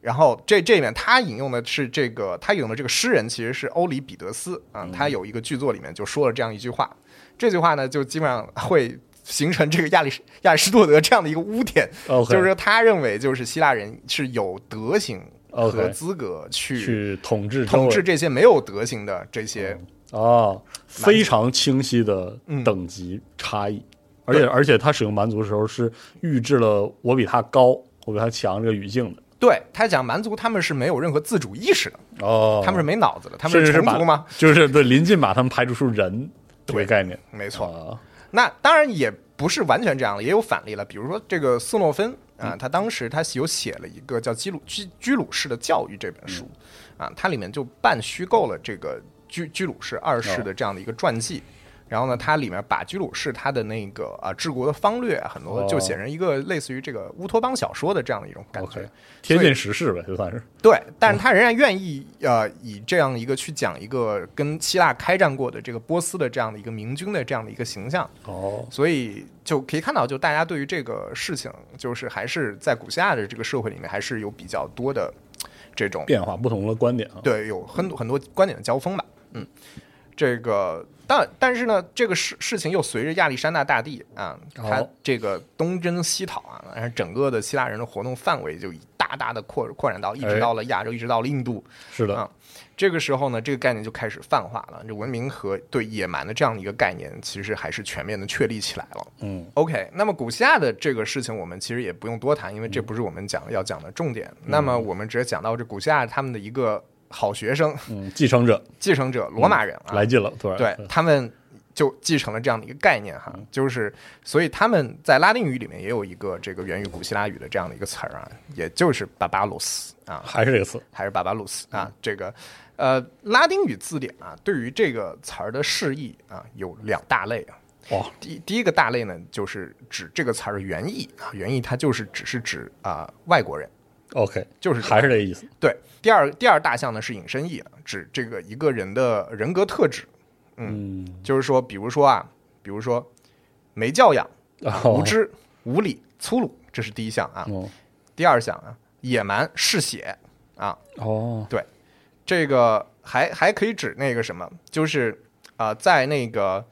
Speaker 5: 然后这这里面他引用的是这个，他引用的这个诗人其实是欧里彼得斯啊，
Speaker 4: 嗯
Speaker 5: 他有一个剧作里面就说了这样一句话，这句话呢就基本上会形成这个亚里士亚里士多德这样的一个污点
Speaker 4: OK
Speaker 5: 就是说他认为就是希腊人是有德行和
Speaker 4: OK
Speaker 5: 资格去
Speaker 4: 去统治周
Speaker 5: 统
Speaker 4: 围
Speaker 5: 治这些没有德行的这些
Speaker 4: 哦，非常清晰的
Speaker 5: 嗯
Speaker 4: 等级差异，而且而且他使用蛮族的时候是预置了我比他高，我比他强这个语境的
Speaker 5: 对他讲蛮族他们是没有任何自主意识的，
Speaker 4: 哦，
Speaker 5: 他们是没脑子的，他们
Speaker 4: 甚至
Speaker 5: 是
Speaker 4: 是
Speaker 5: 虫
Speaker 4: 把哦
Speaker 5: 族吗？
Speaker 4: 就是对临近把他们排除出人这个概念，
Speaker 5: 没错，
Speaker 4: 啊，
Speaker 5: 那当然也不是完全这样了，也有反例了。比如说这个斯诺芬
Speaker 4: 嗯
Speaker 5: 啊，他当时他有写了一个叫《基鲁居居鲁士的教育》这本书
Speaker 4: 嗯
Speaker 5: 啊，它里面就半虚构了这个居居鲁士二世的这样的一个传记。
Speaker 4: 哦
Speaker 5: 然后呢，它里面把居鲁士他的那个啊治国的方略啊很多
Speaker 4: 哦
Speaker 5: 就写成一个类似于这个乌托邦小说的这样的一种感觉。
Speaker 4: OK 贴近时事呗，就算是
Speaker 5: 对，但
Speaker 4: 嗯
Speaker 5: 是他仍然愿意呃以这样一个去讲一个跟希腊开战过的这个波斯的这样的一个明君的这样的一个形象。
Speaker 4: 哦，
Speaker 5: 所以就可以看到，就大家对于这个事情，就是还是在古希腊的这个社会里面，还是有比较多的这种
Speaker 4: 变化不同的观点啊，
Speaker 5: 对有很多很多观点的交锋吧。嗯，这个但但是呢，这个事事情又随着亚历山大大帝啊，他
Speaker 4: 哦
Speaker 5: 这个东征西讨啊，然后整个的希腊人的活动范围就大大的扩扩展到一直
Speaker 4: 哎
Speaker 5: 到了亚洲，一直到了印度。
Speaker 4: 是的，
Speaker 5: 啊，这个时候呢，这个概念就开始泛化了。这文明和对野蛮的这样的一个概念，其实还是全面的确立起来了。
Speaker 4: 嗯
Speaker 5: ，OK，那么古希腊的这个事情，我们其实也不用多谈，因为这不是我们讲要讲的重点。
Speaker 4: 嗯
Speaker 5: 那么我们只是讲到这古希腊他们的一个好学生、
Speaker 4: 嗯，继承者
Speaker 5: 继承者罗马人啊，
Speaker 4: 来嗯劲了，突然
Speaker 5: 对他们就继承了这样的一个概念哈，就是所以他们在拉丁语里面也有一个这个源于古希腊语的这样的一个词儿啊，也就是巴巴鲁斯啊，
Speaker 4: 还是这个词，
Speaker 5: 还是巴巴鲁斯
Speaker 4: 嗯
Speaker 5: 啊，这个呃拉丁语字典啊，对于这个词儿的释义啊有两大类啊。
Speaker 4: 哇，
Speaker 5: 第第一个大类呢，就是指这个词儿的原意啊，原意它就是只是指啊、外国人，
Speaker 4: OK，
Speaker 5: 就是
Speaker 4: 还是这个意思。
Speaker 5: 对。第二第二大项呢是引申义啊，指这个一个人的人格特质，嗯，就是说，比如说啊，比如说没教养、无
Speaker 4: 哦，
Speaker 5: 知、无理、粗鲁，这是第一项啊。
Speaker 4: 哦
Speaker 5: 第二项啊，野蛮、嗜血啊，
Speaker 4: 哦，
Speaker 5: 对，这个还还可以指那个什么，就是啊、呃在那个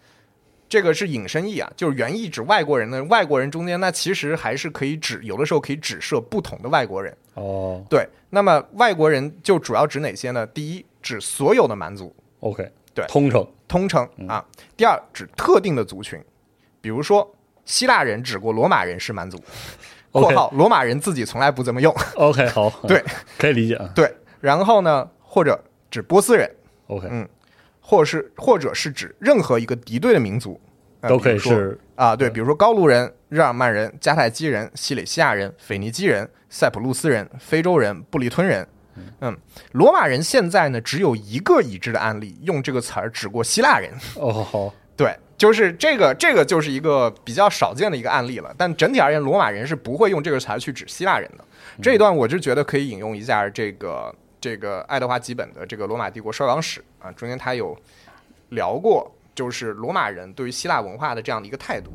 Speaker 5: 这个是引申义啊，就是原意指外国人的外国人中间，那其实还是可以指，有的时候可以指涉不同的外国人。
Speaker 4: 哦
Speaker 5: 对，那么外国人就主要指哪些呢？第一，指所有的蛮族，
Speaker 4: ，OK，
Speaker 5: 对
Speaker 4: 通称
Speaker 5: 通称啊；第二，指特定的族群，比如说希腊人指过罗马人是蛮族。（括
Speaker 4: OK
Speaker 5: 号罗马人自己从来不这么用。
Speaker 4: ，OK，好，
Speaker 5: 对，
Speaker 4: 可以理解啊
Speaker 5: 对，然后呢，或者指波斯人，
Speaker 4: ，OK，
Speaker 5: 嗯或是或者是指任何一个敌对的民族，呃
Speaker 4: 都可以
Speaker 5: 比如说
Speaker 4: 是
Speaker 5: 啊，对，比如说高卢人、日耳曼人、迦太基人、西里西亚人、腓尼基人、塞浦路斯人、非洲人、布里吞人。嗯，罗马人现在呢只有一个已知的案例，用这个词儿指过希腊人。
Speaker 4: 哦，好，
Speaker 5: 对，就是这个，这个就是一个比较少见的一个案例了。但整体而言，罗马人是不会用这个词儿去指希腊人的。这一段我就觉得可以引用一下这个这个爱德华吉本的这个《罗马帝国衰亡史》啊，中间他有聊过，就是罗马人对于希腊文化的这样的一个态度。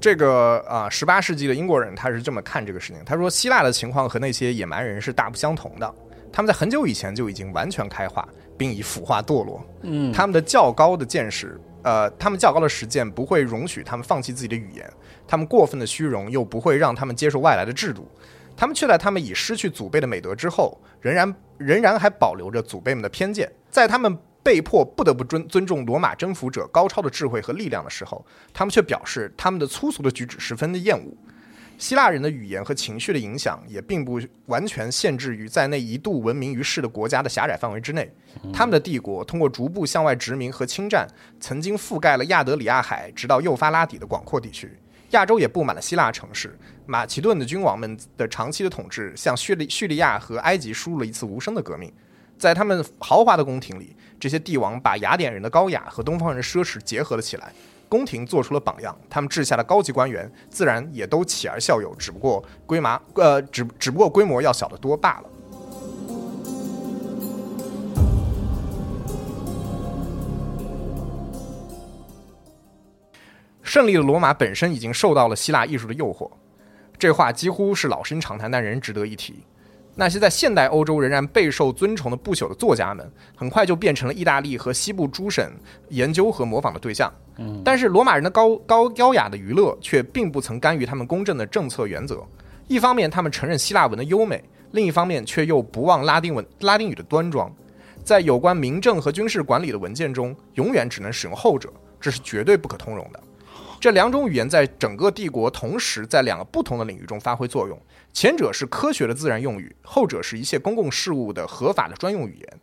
Speaker 5: 这个啊，十、八世纪的英国人他是这么看这个事情，他说希腊的情况和那些野蛮人是大不相同的，他们在很久以前就已经完全开化，并已腐化堕落。嗯，他们的较高的见识，呃，他们较高的实践不会容许他们放弃自己的语言，他们过分的虚荣又不会让他们接受外来的制度。他们却在他们已失去祖辈的美德之后，仍然仍然还保留着祖辈们的偏见，在他们被迫不得不尊尊重罗马征服者高超的智慧和力量的时候，他们却表示他们的粗俗的举止十分的厌恶。希腊人的语言和情绪的影响也并不完全限制于在那一度闻名于世的国家的狭窄范围之内。他们的帝国通过逐步向外殖民和侵占，曾经覆盖了亚得里亚海直到幼发拉底的广阔地区。亚洲也布满了希腊城市。马其顿的君王们的长期的统治，向叙利叙利亚和埃及输入了一次无声的革命。在他们豪华的宫廷里，这些帝王把雅典人的高雅和东方人的奢侈结合了起来。宫廷做出了榜样，他们治下的高级官员自然也都起而效尤，只不过规模呃，只只不过规模要小得多罢了。胜利的罗马本身已经受到了希腊艺术的诱惑，这话几乎是老生常谈，但仍值得一提。那些在现代欧洲仍然备受尊崇的不朽的作家们，很快就变成了意大利和西部诸省研究和模仿的对象。但是罗马人的高高高雅的娱乐却并不曾干预他们公正的政策原则。一方面，他们承认希腊文的优美；另一方面，却又不忘拉丁文拉丁语的端庄。在有关民政和军事管理的文件中，永远只能使用后者，这是绝对不可通融的。这两种语言在整个帝国同时在两个不同的领域中发挥作用，前者是科学的自然用语，后者是一切公共事务的合法的专用语言。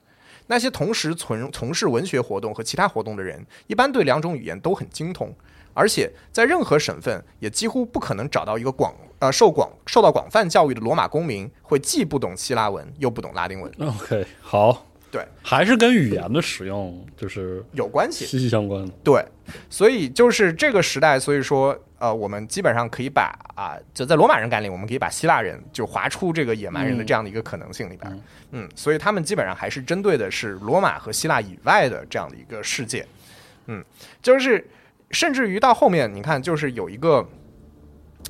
Speaker 5: 那些同时从从事文学活动和其他活动的人，一般对两种语言都很精通，而且在任何省份也几乎不可能找到一个广呃受广受到广泛教育的罗马公民会既不懂希腊文又不懂拉丁文。
Speaker 4: OK，好，
Speaker 5: 对，
Speaker 4: 还是跟语言的使用就是
Speaker 5: 有关系。
Speaker 4: 息息相关的。
Speaker 5: 对，所以就是这个时代，所以说，呃，我们基本上可以把啊、就在罗马人眼里，我们可以把希腊人就划出这个野蛮人的这样的一个可能性里边，嗯所以他们基本上还是针对的是罗马和希腊以外的这样的一个世界，嗯，就是甚至于到后面，你看，就是有一个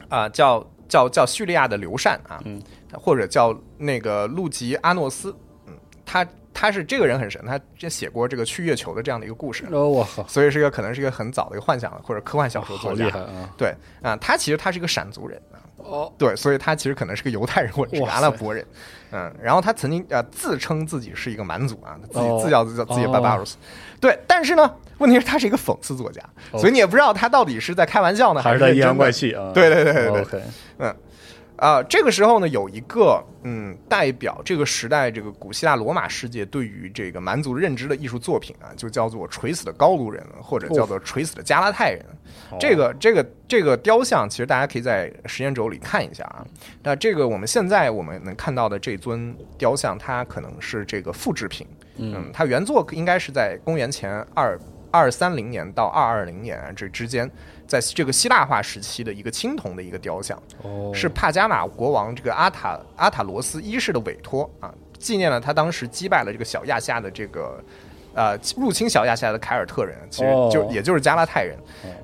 Speaker 5: 啊、叫叫叫叙利亚的刘禅啊，嗯，或者叫那个路吉阿诺斯，嗯，他他是这个人很神，他之前写过这个去月球的这样的一个故事，
Speaker 4: 哦，我靠，
Speaker 5: 所以是一个可能是一个很早的一个幻想或者科幻小说
Speaker 4: 好
Speaker 5: 作
Speaker 4: 厉
Speaker 5: 家。
Speaker 4: 害啊！
Speaker 5: 对啊、他其实他是一个闪族人啊，
Speaker 4: 哦，
Speaker 5: 对，所以他其实可能是个犹太人或者是个
Speaker 4: 哇
Speaker 5: 阿拉伯人，嗯，然后他曾经呃自称自己是一个蛮族啊，自己、
Speaker 4: 哦
Speaker 5: 自叫自叫自己
Speaker 4: 哦哦
Speaker 5: barbarus，、对，但是呢，问题是他是一个讽刺作家，所以你也不知道他到底是在开玩笑呢，
Speaker 4: 还
Speaker 5: 是
Speaker 4: 是在阴
Speaker 5: 认
Speaker 4: 阳
Speaker 5: 真的
Speaker 4: 怪气啊？
Speaker 5: 对对对对对
Speaker 4: OK，
Speaker 5: 啊、这个时候呢，有一个嗯，代表这个时代这个古希腊罗马世界对于这个蛮族认知的艺术作品啊，就叫做《垂死的高卢人》或者叫做《垂死的加拉泰人》这个这个这个雕像，其实大家可以在时间轴里看一下啊。那这个我们现在我们能看到的这尊雕像，它可能是这个复制品，嗯，它原作应该是在公元前二二三零年到二二零年啊这之间，在这个希腊化时期的一个青铜的一个雕像。
Speaker 4: 哦，
Speaker 5: 是帕加马国王这个阿塔阿塔罗斯一世的委托啊，纪念了他当时击败了这个小亚细亚的这个呃入侵小亚细亚的凯尔特人，其实
Speaker 4: 哦
Speaker 5: 就、也就是加拉泰人。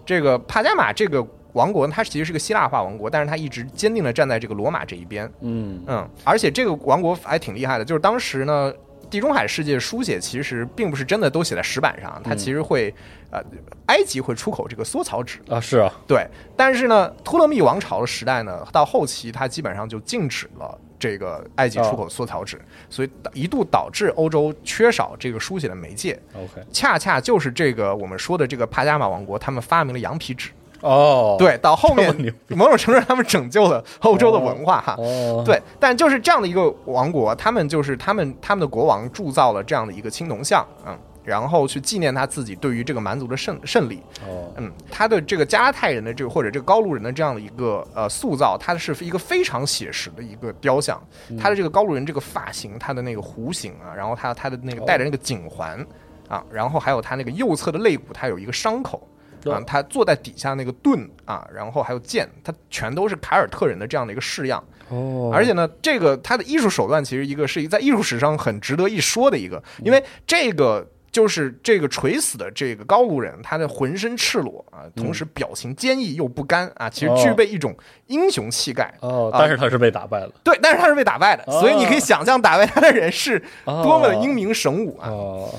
Speaker 5: 这个帕加马这个王国呢，它其实是个希腊化王国，但是它一直坚定的站在这个罗马这一边。
Speaker 4: 嗯，
Speaker 5: 嗯，而且这个王国还挺厉害的，就是当时呢，地中海世界书写其实并不是真的都写在石板上，它
Speaker 4: 嗯
Speaker 5: 其实会、呃，埃及会出口这个缩草纸。
Speaker 4: 啊，是啊，
Speaker 5: 对，但是呢，托勒密王朝的时代呢，到后期它基本上就禁止了这个埃及出口缩草
Speaker 4: 哦
Speaker 5: 纸，所以一度导致欧洲缺少这个书写的媒介。
Speaker 4: OK，
Speaker 5: 恰恰就是这个我们说的这个帕加马王国，他们发明了羊皮纸。
Speaker 4: 哦，，
Speaker 5: 对，到后面
Speaker 4: 这么牛
Speaker 5: 某种程度上，他们拯救了欧洲的文化哈。
Speaker 4: 哦，，
Speaker 5: 对，但就是这样的一个王国，他们就是他们他们的国王铸造了这样的一个青铜像，嗯，然后去纪念他自己对于这个蛮族的胜胜利。
Speaker 4: 哦，
Speaker 5: 嗯，他的这个加拉泰人的这个或者这个高卢人的这样的一个呃塑造，它是一个非常写实的一个雕像。他的这个高卢人这个发型，他的那个弧形啊，然后他他的那个戴着那个颈环、啊，然后还有他那个右侧的肋骨，它有一个伤口。啊
Speaker 4: 哦，
Speaker 5: 他坐在底下那个盾啊，然后还有剑，他全都是凯尔特人的这样的一个式样。
Speaker 4: 哦，
Speaker 5: 而且呢，这个它的艺术手段其实一个是在艺术史上很值得一说的一个，
Speaker 4: 嗯
Speaker 5: 因为这个就是这个垂死的这个高卢人，他的浑身赤裸
Speaker 4: 嗯
Speaker 5: 啊，同时表情坚毅又不甘啊，其实具备一种英雄气概。
Speaker 4: 哦，
Speaker 5: 啊
Speaker 4: 但是他是被打败了。
Speaker 5: 对，但是他是被打败的，
Speaker 4: 哦
Speaker 5: 所以你可以想象打败他的人是多么的英明神武啊！
Speaker 4: 哦，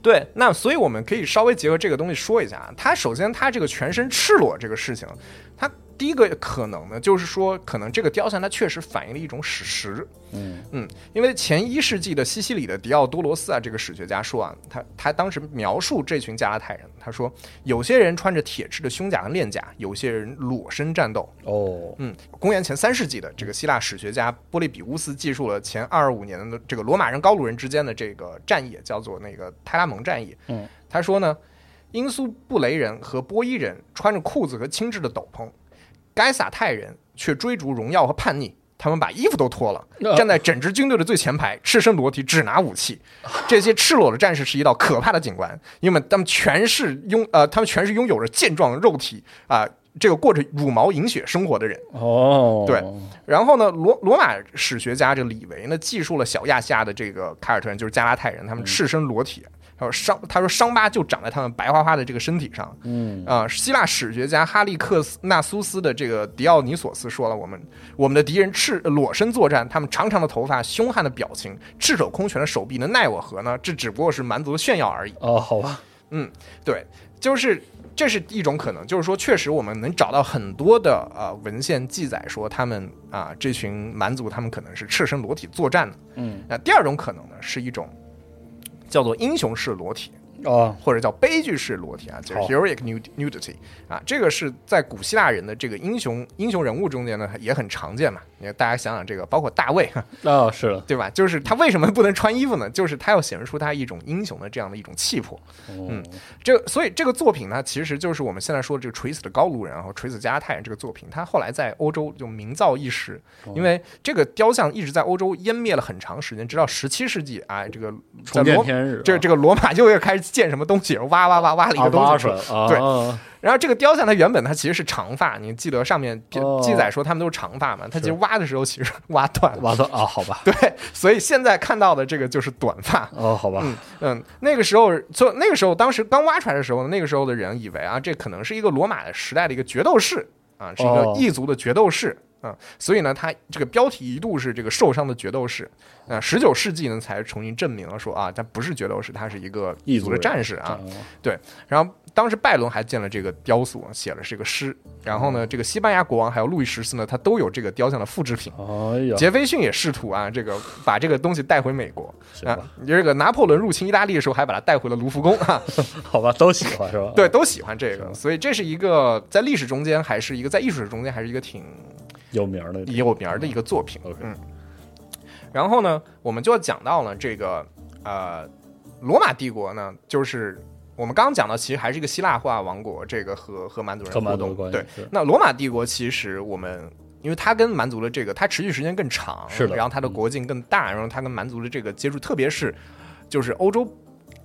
Speaker 5: 对，那所以我们可以稍微结合这个东西说一下啊。他首先他这个全身赤裸这个事情，他第一个可能呢，就是说可能这个雕像它确实反映了一种史实。嗯因为前一世纪的西西里的迪奥多罗斯啊，这个史学家说啊，他他当时描述这群加拉泰人，他说有些人穿着铁制的胸甲和链甲，有些人裸身战斗，
Speaker 4: 哦，
Speaker 5: 嗯，公元前三世纪的这个希腊史学家波利比乌斯记述了前二十五年的这个罗马人高卢人之间的这个战役，叫做那个泰拉蒙战役。嗯，他说呢，英苏布雷人和波伊人穿着裤子和轻质的斗篷，该撒泰人却追逐荣耀和叛逆。他们把衣服都脱了，站在整支军队的最前排，赤身裸体，只拿武器。这些赤裸的战士是一道可怕的景观，因为他们全是拥呃，他们全是拥有着健壮肉体啊、这个过着茹毛饮血生活的人。
Speaker 4: 哦，
Speaker 5: 对，然后呢，罗罗马史学家这李维呢，记述了小亚细亚的这个凯尔特人，就是加拉泰人，他们赤身裸体，还有伤，他说伤疤就长在他们白花花的这个身体上。嗯，啊、希腊史学家哈利克斯纳苏斯的这个迪奥尼索斯说了，我们我们的敌人赤呃裸身作战，他们长长的头发、凶悍的表情、赤手空拳的手臂，能奈我何呢？这只不过是蛮族的炫耀而已。
Speaker 4: 哦，好吧，
Speaker 5: 嗯，对，就是这是一种可能，就是说，确实我们能找到很多的呃文献记载说他们啊、这群蛮族他们可能是赤身裸体作战的。
Speaker 4: 嗯，
Speaker 5: 那第二种可能呢，是一种叫做英雄式裸体，
Speaker 4: 哦，
Speaker 5: 或者叫悲剧式裸体啊，就是
Speaker 4: 好
Speaker 5: heroic nud- nudity 啊，这个是在古希腊人的这个英雄英雄人物中间呢也很常见嘛。你看大家想想这个，包括大卫，
Speaker 4: 啊，是的，
Speaker 5: 对吧？就是他为什么不能穿衣服呢？就是他要显示出他一种英雄的这样的一种气魄。
Speaker 4: 哦
Speaker 5: 嗯，这所以这个作品呢，其实就是我们现在说的这个垂死的高卢人和垂死加拉泰人这个作品，它后来在欧洲就名噪一时，
Speaker 4: 哦
Speaker 5: 因为这个雕像一直在欧洲湮灭了很长时间，直到十七世纪啊，这个在
Speaker 4: 重见
Speaker 5: 罗
Speaker 4: 天日，
Speaker 5: 这这个罗马又又开始建什么东西，挖挖挖挖了一
Speaker 4: 啊
Speaker 5: 个东
Speaker 4: 挖
Speaker 5: 西
Speaker 4: 出
Speaker 5: 出
Speaker 4: 来了
Speaker 5: 来。
Speaker 4: 啊，
Speaker 5: 对然后这个雕像它原本它其实是长发，你记得上面记
Speaker 4: 哦
Speaker 5: 记载说他们都是长发嘛？它其
Speaker 4: 是
Speaker 5: 实挖的时候其实 挖断了。
Speaker 4: 挖到啊，好吧，
Speaker 5: 对， 所以现在看到的这个就是短发。
Speaker 4: 哦，好吧，
Speaker 5: 嗯，那个时候，就那个时候，当时刚挖出来的时候，那个时候的人以为啊，这可能是一个罗马时代的一个决斗士啊，是一个
Speaker 4: 哦
Speaker 5: 异族的决斗士啊，所以呢，他这个标题一度是这个受伤的决斗士啊，十九世纪呢才重新证明了说啊，他不是决斗士，他是一个
Speaker 4: 异
Speaker 5: 异
Speaker 4: 族
Speaker 5: 族
Speaker 4: 人
Speaker 5: 的战士啊，
Speaker 4: 哦
Speaker 5: 对，然后当时拜伦还建了这个雕塑，写了这个诗，然
Speaker 4: 哦
Speaker 5: 后呢，这个西班牙国王还有路易十四呢，他都有这个雕像的复制品。
Speaker 4: 哎呀，
Speaker 5: 杰斐逊也试图啊，这个把这个东西带回美国
Speaker 4: 行
Speaker 5: 啊
Speaker 4: 吧，。
Speaker 5: 这个拿破仑入侵意大利的时候，还把它带回了卢浮宫啊。
Speaker 4: 好吧，都喜欢是吧？
Speaker 5: 对，，都喜欢这个，所以这是一个在历史中间，还是一个在艺术史中间，还是一个挺
Speaker 4: 有名儿的这个，
Speaker 5: 有名儿的一个作品。
Speaker 4: OK
Speaker 5: 嗯，然后呢，我们就要讲到了这个呃，罗马帝国呢，就是我们刚刚讲到，其实还是一个希腊化王国，这个和和蛮族人
Speaker 4: 和蛮族
Speaker 5: 互
Speaker 4: 的
Speaker 5: 动。
Speaker 4: 关系
Speaker 5: 对
Speaker 4: 是，
Speaker 5: 那罗马帝国其实我们。因为它跟蛮族的这个，它持续时间更长，
Speaker 4: 是的
Speaker 5: 然后它的国境更大，然后它跟蛮族的这个接触，特别是就是欧洲，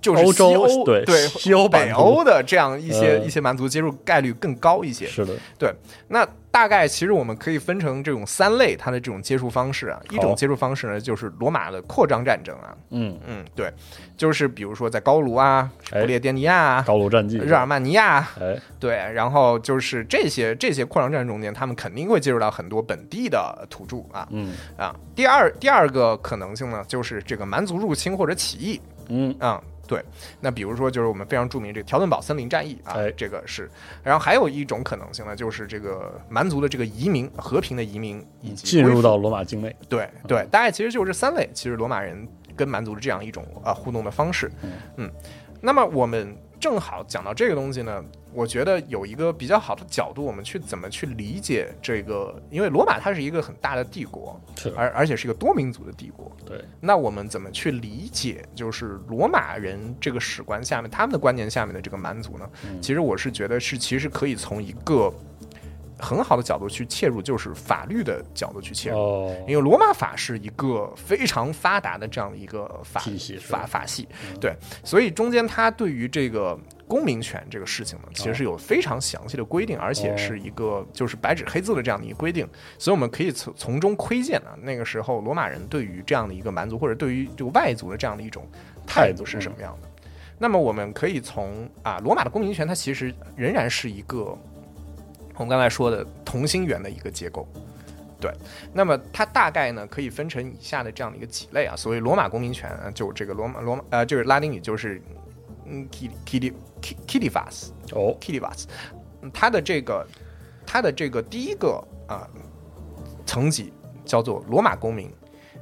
Speaker 5: 就是
Speaker 4: 欧
Speaker 5: 西
Speaker 4: 洲
Speaker 5: 欧
Speaker 4: 对
Speaker 5: 对
Speaker 4: 西欧版
Speaker 5: 北
Speaker 4: 图
Speaker 5: 欧的这样一些、
Speaker 4: 呃
Speaker 5: 一些蛮族接触概率更高一些。
Speaker 4: 是的，
Speaker 5: 对，那大概其实我们可以分成这种三类，它的这种接触方式啊。一种接触方式呢，就是罗马的扩张战争啊，
Speaker 4: 嗯，
Speaker 5: 嗯，对，就是比如说在高卢啊、
Speaker 4: 哎
Speaker 5: 不列颠尼亚啊、
Speaker 4: 高卢战绩，
Speaker 5: 日耳曼尼亚啊，
Speaker 4: 哎，
Speaker 5: 对，然后就是这些这些扩张战中间，他们肯定会接触到很多本地的土著啊
Speaker 4: 嗯
Speaker 5: 啊。第二第二个可能性呢，就是这个蛮族入侵或者起义，
Speaker 4: 嗯，
Speaker 5: 嗯，对。那比如说，就是我们非常著名这个条顿堡森林战役啊，
Speaker 4: 哎
Speaker 5: 这个是。然后还有一种可能性呢，就是这个蛮族的这个移民，和平的移民以及
Speaker 4: 进
Speaker 5: 恢
Speaker 4: 入
Speaker 5: 复
Speaker 4: 到罗嗯马境内，
Speaker 5: 对对，大概其实就是这三类，其实罗马人跟蛮族的这样一种啊、互动的方式。嗯，那么我们正好讲到这个东西呢，我觉得有一个比较好的角度，我们去怎么去理解这个，因为罗马它是一个很大的帝国，
Speaker 4: 是
Speaker 5: 而而且是一个多民族的帝国。
Speaker 4: 对，
Speaker 5: 那我们怎么去理解，就是罗马人这个史观下面他们的观念下面的这个蛮族呢？
Speaker 4: 嗯
Speaker 5: 其实我是觉得是，其实可以从一个很好的角度去切入，就是法律的角度去切入。
Speaker 4: 哦，
Speaker 5: 因为罗马法是一个非常发达的这样的一个法
Speaker 4: 体系是吧嗯
Speaker 5: 法法系，对，所以中间它对于这个公民权这个事情呢，其实是有非常详细的规定，而且
Speaker 4: 哦
Speaker 5: 是一个就是白纸黑字的这样的一个规定，所以我们可以从从中窥见啊，那个时候罗马人对于这样的一个蛮族或者对于这个外族的这样的一种态
Speaker 4: 态度嗯
Speaker 5: 度是什么样的。那么我们可以从啊，罗马的公民权它其实仍然是一个我们刚才说的同心圆的一个结构。对，那么它大概呢可以分成以下的这样的一个几类啊。所谓罗马公民权，呃就这个罗马罗马呃，就是拉丁语就是嗯 k i k i t k i t i v a s
Speaker 4: 哦，
Speaker 5: k i t i v a s 嗯它的这个它的这个第一个啊、层级叫做罗马公民，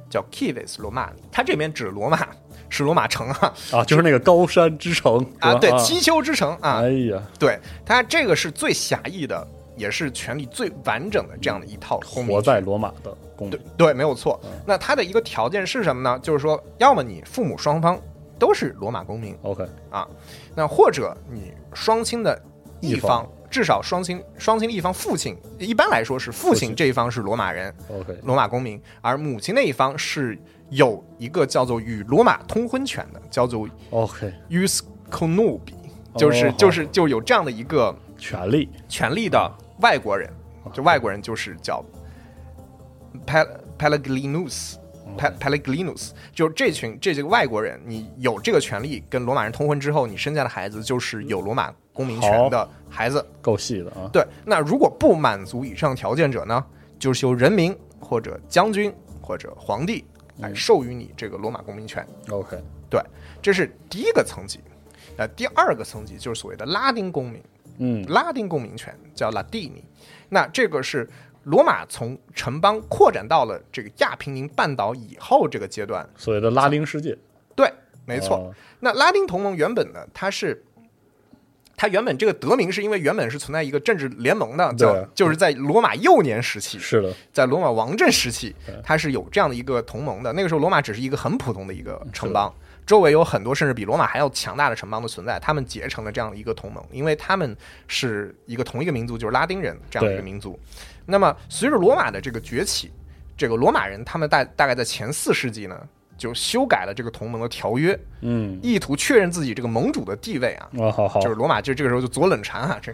Speaker 5: 叫 civis romani，它这边指罗马是罗马城啊
Speaker 4: 啊，就是那个高山之城
Speaker 5: 啊，对，
Speaker 4: 七，
Speaker 5: 七丘之城啊，
Speaker 4: 哎呀，
Speaker 5: 对，它这个是最狭义的，也是权力最完整的这样的一套公民
Speaker 4: 活在嗯
Speaker 5: 权。
Speaker 4: 罗马的公
Speaker 5: 对
Speaker 4: 民，
Speaker 5: 对，没有错。那它的一个条件是什么呢？就是说，要么你父母双方都是罗马公民。
Speaker 4: OK，
Speaker 5: 啊，那或者你双亲的一
Speaker 4: 一方
Speaker 5: 方，至少双亲双亲的一方父亲，一般来说是父
Speaker 4: 父
Speaker 5: 亲
Speaker 4: 亲
Speaker 5: 这一方是罗马人，
Speaker 4: OK，
Speaker 5: 罗马公民，而母亲那一方是有一个叫做与罗马通婚权的，叫做
Speaker 4: OK，
Speaker 5: u s c o n u b i 就是、
Speaker 4: 好
Speaker 5: 就是就有这样的一个
Speaker 4: 权利
Speaker 5: 权利的外国人，就外国人就是叫 Pel Pellegrinus。Pel Pellegrinus，就这群这些个外国人，你有这个权利跟罗马人通婚之后，你生下的孩子就是有罗马公民权的孩子。
Speaker 4: 够细的啊。
Speaker 5: 对，那如果不满足以上条件者呢，就是由人民或者将军或者皇帝来授予你这个罗马公民权。
Speaker 4: OK，
Speaker 5: 对，这是第一个层级。呃，第二个层级就是所谓的拉丁公民，
Speaker 4: 嗯，
Speaker 5: 拉丁公民权叫拉蒂尼。那这个是罗马从城邦扩展到了这个亚平宁半岛以后这个阶段。
Speaker 4: 所谓的拉丁世界，
Speaker 5: 对，没错。
Speaker 4: 哦
Speaker 5: 那拉丁同盟原本呢，它是。它原本这个德名是因为原本是存在一个政治联盟的，叫
Speaker 4: 对
Speaker 5: 就是在罗马幼年时期，
Speaker 4: 是的，
Speaker 5: 在罗马王政时期，它是有这样的一个同盟的。那个时候，罗马只是一个很普通的一个城邦，周围有很多甚至比罗马还要强大的城邦的存在，他们结成了这样的一个同盟，因为他们是一个同一个民族，就是拉丁人这样的一个
Speaker 4: 对
Speaker 5: 民族。那么，随着罗马的这个崛起，这个罗马人他们大大概在前四世纪呢，就修改了这个同盟的条约，
Speaker 4: 嗯，
Speaker 5: 意图确认自己这个盟主的地位啊。
Speaker 4: 啊，好好
Speaker 5: 就是罗马就这个时候就左冷禅啊，这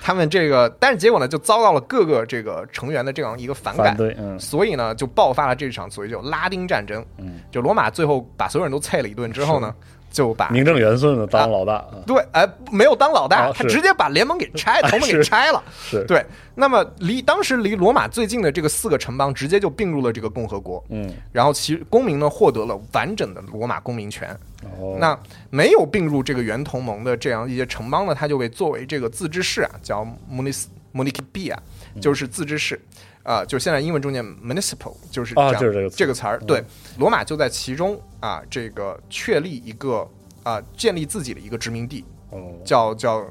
Speaker 5: 他们这个，但是结果呢，就遭到了各个这个成员的这样一个反感，
Speaker 4: 反对，嗯，
Speaker 5: 所以呢，就爆发了这场所谓叫拉丁战争。嗯，就罗马最后把所有人都菜了一顿之后呢，就把
Speaker 4: 名正言顺的当老大，啊
Speaker 5: 对，哎、没有当老大，
Speaker 4: 啊
Speaker 5: 他
Speaker 4: 是啊
Speaker 5: 直接把联盟给 拆，同盟给
Speaker 4: 是
Speaker 5: 拆了。
Speaker 4: 是，
Speaker 5: 对，那么离当时离罗马最近的这个四个城邦直接就并入了这个共和国，
Speaker 4: 嗯，
Speaker 5: 然后其公民呢获得了完整的罗马公民权。
Speaker 4: 哦，
Speaker 5: 那没有并入这个原同盟的这样一些城邦呢，它就被作为这个自治市啊，叫 munis municipia，就是
Speaker 4: 嗯
Speaker 5: 自治市。啊、就现在英文中间 municipal 就是这
Speaker 4: 啊
Speaker 5: 样、
Speaker 4: 就是这个词嗯
Speaker 5: 词儿。对，罗马就在其中啊，这个确立一个啊、建立自己的一个殖民地，
Speaker 4: 哦
Speaker 5: 叫叫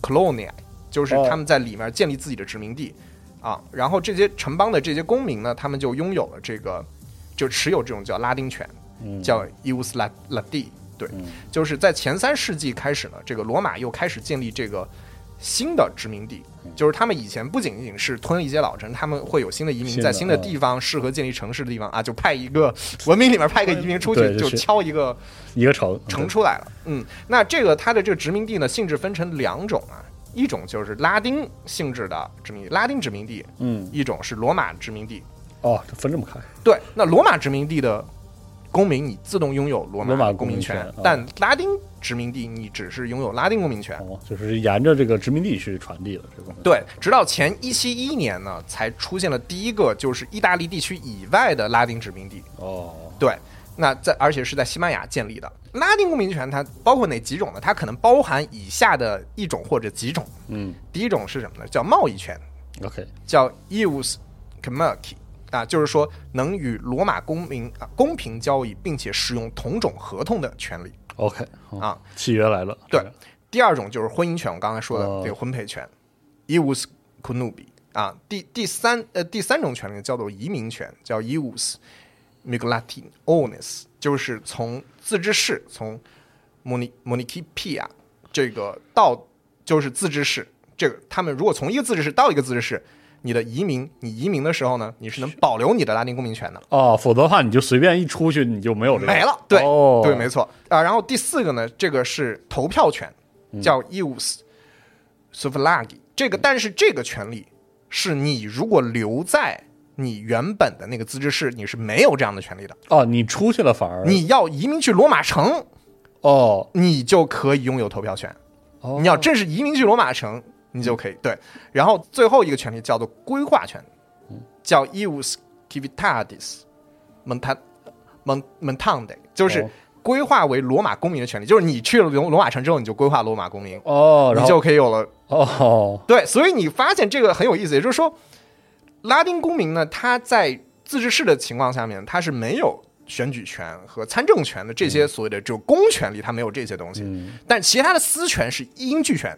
Speaker 5: colonia，就是
Speaker 4: 哦
Speaker 5: 他们在里面建立自己的殖民地、啊。然后这些城邦的这些公民呢，他们就拥有了这个，就持有这种叫拉丁权，
Speaker 4: 嗯
Speaker 5: 叫 ius la lati。对，就是在前三世纪开始呢，这个罗马又开始建立这个新的殖民地，
Speaker 4: 嗯
Speaker 5: 就是他们以前不仅仅是吞一些老城，他们会有新的移民
Speaker 4: 新的
Speaker 5: 在新的
Speaker 4: 嗯
Speaker 5: 地方适合建立城市的地方啊，就派一个文明里面派一个移民出去，
Speaker 4: 对就
Speaker 5: 就是敲一个
Speaker 4: 一个城
Speaker 5: 盛出来了。嗯，那这个它的这个殖民地呢，性质分成两种啊，一种就是拉丁性质的殖民地，拉丁殖民地，
Speaker 4: 嗯，
Speaker 5: 一种是罗马殖民地。
Speaker 4: 哦，这分这么开，
Speaker 5: 对，那罗马殖民地的公民，你自动拥有罗
Speaker 4: 罗马
Speaker 5: 公
Speaker 4: 公
Speaker 5: 民
Speaker 4: 民
Speaker 5: 权
Speaker 4: 权，嗯
Speaker 5: 但拉丁殖民地你只是拥有拉丁公民权。
Speaker 4: 哦，就是沿着这个殖民地去传递的这个，
Speaker 5: 对，直到前一七一年呢，才出现了第一个就是意大利地区以外的拉丁殖民地。
Speaker 4: 哦，
Speaker 5: 对，那在而且是在西班牙建立的拉丁公民权，它包括哪几种呢？它可能包含以下的一种或者几种。
Speaker 4: 嗯
Speaker 5: 第一种是什么呢？叫贸易权，
Speaker 4: ，OK，
Speaker 5: 叫 E ius commerci 啊，就是说能与罗马公民啊公平交易，并且使用同种合同的权利。
Speaker 4: OK 哦
Speaker 5: 啊，
Speaker 4: 契约来了。这
Speaker 5: 对
Speaker 4: 个，
Speaker 5: 第二种就是婚姻权，我刚才说的
Speaker 4: 哦
Speaker 5: 这个婚配权，ius cunubi 啊。第第三呃第三种权利叫做移民权，叫 ius migrationis，就是从自治市从 moni municipia 这个到就是自治市，这个他们如果从一个自治市到一个自治市。你的移民，你移民的时候呢，你是能保留你的拉丁公民权的，
Speaker 4: 哦，否则的话你就随便一出去你就没有这个
Speaker 5: 没了。对、
Speaker 4: 哦，
Speaker 5: 对，没错啊。然后第四个呢，这个是投票权，叫 ius suffragi。这个，但是这个权利是你如果留在你原本的那个自治市，你是没有这样的权利的。
Speaker 4: 哦，你出去了反而
Speaker 5: 你要移民去罗马城，
Speaker 4: 哦
Speaker 5: 你就可以拥有投票权。
Speaker 4: 哦
Speaker 5: 你要正式移民去罗马城，你就可以对。然后最后一个权利叫做规划权，
Speaker 4: 嗯
Speaker 5: 叫 ius civitatis montan mon montande，就是
Speaker 4: 哦
Speaker 5: 规划为罗马公民的权利，就是你去了罗罗马城之后，你就规划罗马公民，
Speaker 4: 哦，然后
Speaker 5: 你就可以有了。
Speaker 4: 哦
Speaker 5: 对，所以你发现这个很有意思，也就是说，拉丁公民呢，他在自治市的情况下面，他是没有选举权和参政权的这
Speaker 4: 嗯
Speaker 5: 些所谓的只有公权力，他没有这些东西，但其他的私权是应具权。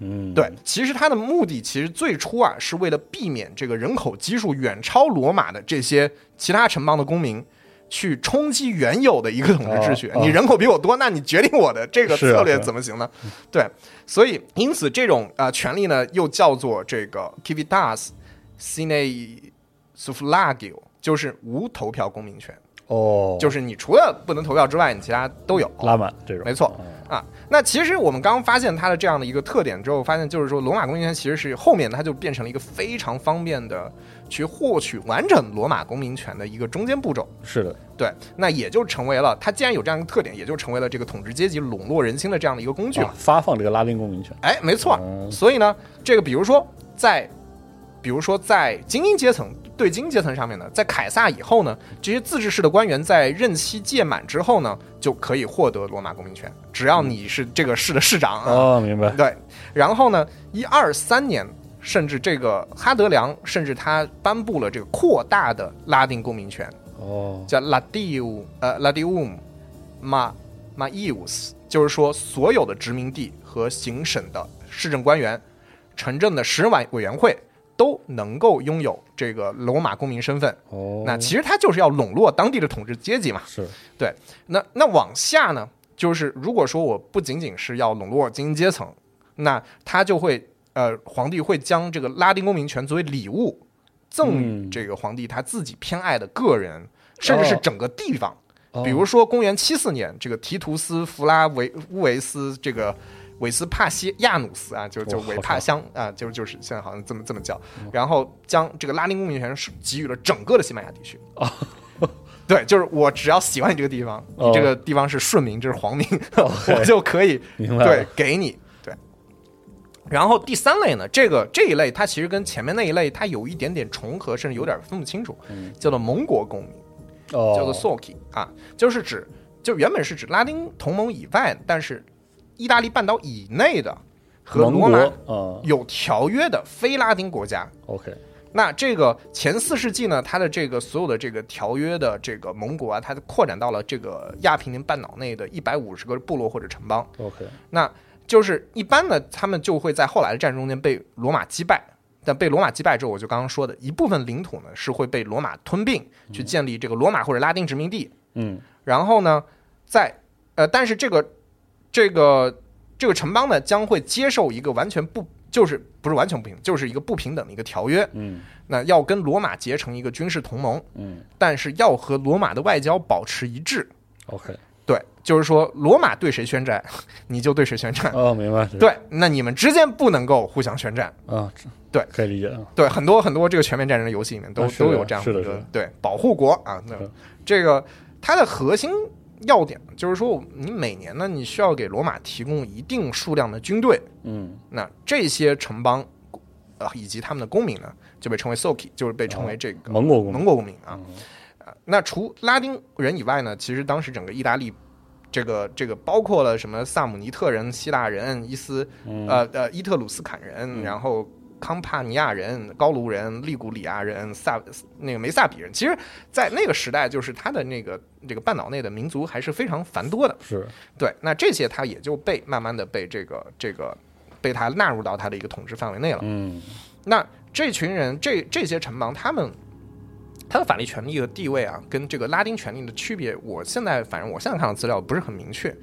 Speaker 4: 嗯
Speaker 5: 对，其实它的目的其实最初啊是为了避免这个人口基数远超罗马的这些其他城邦的公民，去冲击原有的一个统治秩序。
Speaker 4: 哦哦
Speaker 5: 你人口比我多，那你决定我的这个
Speaker 4: 是啊
Speaker 5: 策略
Speaker 4: 是啊
Speaker 5: 怎么行呢？对，所以因此这种啊、呃权利呢，又叫做这个 civitas sine suffragio，就是无投票公民权，
Speaker 4: 哦，
Speaker 5: 就是你除了不能投票之外，你其他都有。
Speaker 4: 拉哦满这种，
Speaker 5: 没错啊。那其实我们刚发现它的这样的一个特点之后，发现就是说，罗马公民权其实是后面它就变成了一个非常方便的去获取完整罗马公民权的一个中间步骤。
Speaker 4: 是的，
Speaker 5: 对，那也就成为了它既然有这样一个特点，也就成为了这个统治阶级笼络人心的这样的一个工具了
Speaker 4: 啊。发放这个拉丁公民权，
Speaker 5: 哎，没错。
Speaker 4: 嗯
Speaker 5: 所以呢，这个比如说在，比如说在精英阶层对精英阶层上面呢，在凯撒以后呢，这些自治市的官员在任期届满之后呢，就可以获得罗马公民权，只要你是这个市的市长啊。
Speaker 4: 哦，明白，
Speaker 5: 对，然后呢，一二三年。甚至这个哈德良，甚至他颁布了这个扩大的拉丁公民权，
Speaker 4: 哦，
Speaker 5: 叫 Latium，呃，Latium Ma Maius，就是说所有的殖民地和行省的市政官员、城镇的使委委员会都能够拥有这个罗马公民身份。
Speaker 4: 哦，
Speaker 5: 那其实它就是要笼络当地的统治阶级嘛。
Speaker 4: 是
Speaker 5: 对，那那往下呢，就是如果说我不仅仅是要笼络精英阶层，那他就会呃，皇帝会将这个拉丁公民权作为礼物赠予
Speaker 4: 嗯
Speaker 5: 这个皇帝他自己偏爱的个人，甚至是整个地方。
Speaker 4: 哦
Speaker 5: 比如说，公元七四年，这个提图斯、弗拉维乌维斯这个。韦斯帕西亚努斯啊，就就
Speaker 4: 哇好
Speaker 5: 韦
Speaker 4: 长嗯
Speaker 5: 帕乡啊，就就是现在好像这么这么叫，然后将这个拉丁公民权是给予了整个的西班牙地区。对，就是我只要喜欢你这个地方，
Speaker 4: 哦
Speaker 5: 你这个地方是顺民，这是皇民， 我就可以
Speaker 4: 明白了
Speaker 5: 对给你对。然后第三类呢，这个这一类它其实跟前面那一类它有一点点重合，甚至有点分不清楚，叫做盟国公民，
Speaker 4: 嗯哦，
Speaker 5: 叫做 Soki 啊，就是指就原本是指拉丁同盟以外，但是意大利半岛以内的和
Speaker 4: 盟国
Speaker 5: 罗马
Speaker 4: 啊
Speaker 5: 有条约的非拉丁国家，
Speaker 4: ，OK，
Speaker 5: 那这个前四世纪呢，它的这个所有的这个条约的这个盟国啊，它扩展到了这个亚平宁半岛内的一百五十个部落或者城邦。
Speaker 4: OK，
Speaker 5: 那就是一般呢，他们就会在后来的战争中间被罗马击败。但被罗马击败之后，我就刚刚说的一部分领土呢是会被罗马吞并，去建立这个罗马或者拉丁殖民地。
Speaker 4: 嗯，
Speaker 5: 然后呢，在呃，但是这个这个这个城邦呢，将会接受一个完全不就是不是完全不平，就是一个不平等的一个条约。
Speaker 4: 嗯，
Speaker 5: 那要跟罗马结成一个军事同盟，
Speaker 4: 嗯，
Speaker 5: 但是要和罗马的外交保持一致。
Speaker 4: ，OK，
Speaker 5: 对，就是说罗马对谁宣战， 你就对谁宣战。
Speaker 4: 哦，明白，
Speaker 5: 对，那你们之间不能够互相宣战。
Speaker 4: 啊，这
Speaker 5: 对
Speaker 4: 可以理解啊，
Speaker 5: 对，很多很多这个全面战争的游戏里面都、
Speaker 4: 啊是的
Speaker 5: 都有这样
Speaker 4: 是的
Speaker 5: 一
Speaker 4: 是
Speaker 5: 个
Speaker 4: 的嗯
Speaker 5: 对保护国啊。那
Speaker 4: 是
Speaker 5: 这个它的核心要点就是说，你每年呢，你需要给罗马提供一定数量的军队。
Speaker 4: 嗯，
Speaker 5: 那这些城邦呃以及他们的公民呢，就被称为 Soki，就是被称
Speaker 4: 啊
Speaker 5: 为这个
Speaker 4: 盟国公民嗯
Speaker 5: 盟国公民啊。呃那除拉丁人以外呢，其实当时整个意大利。这个这个包括了什么萨姆尼特人、希腊人、伊斯、
Speaker 4: 嗯
Speaker 5: 呃呃伊特鲁斯坎人，然后康帕尼亚人、高卢人、利古里亚人、萨那个梅萨比人。其实，在那个时代，就是他的那个这个半岛内的民族还是非常繁多的。
Speaker 4: 是
Speaker 5: 对，那这些它也就被慢慢的被这个这个被它纳入到它的一个统治范围内了。
Speaker 4: 嗯，
Speaker 5: 那这群人这这些城邦，他们他的法律权利和地位啊，跟这个拉丁权利的区别，我现在反正我现在看到资料不是很明确。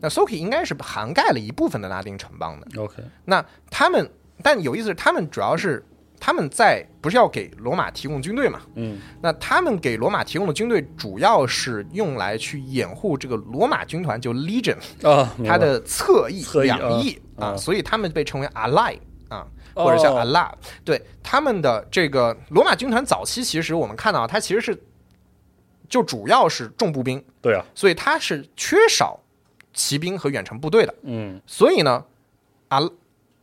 Speaker 5: 那 Soki 应该是涵盖了一部分的拉丁城邦的。
Speaker 4: ，OK，
Speaker 5: 那他们，但有意思是，他们主要是他们在不是要给罗马提供军队嘛？
Speaker 4: 嗯，
Speaker 5: 那他们给罗马提供的军队主要是用来去掩护这个罗马军团，就 legion，
Speaker 4: 啊，明白
Speaker 5: 它的侧翼
Speaker 4: 侧翼
Speaker 5: 两翼
Speaker 4: 啊
Speaker 5: 啊，
Speaker 4: 啊
Speaker 5: 所以他们被称为 ally 啊。
Speaker 4: 哦
Speaker 5: 或者叫 Allah，、对他们的这个罗马军团早期，其实我们看到它其实是就主要是重步兵，
Speaker 4: 对啊，
Speaker 5: 所以它是缺少骑兵和远程部队的。
Speaker 4: 嗯，
Speaker 5: 所以呢，阿拉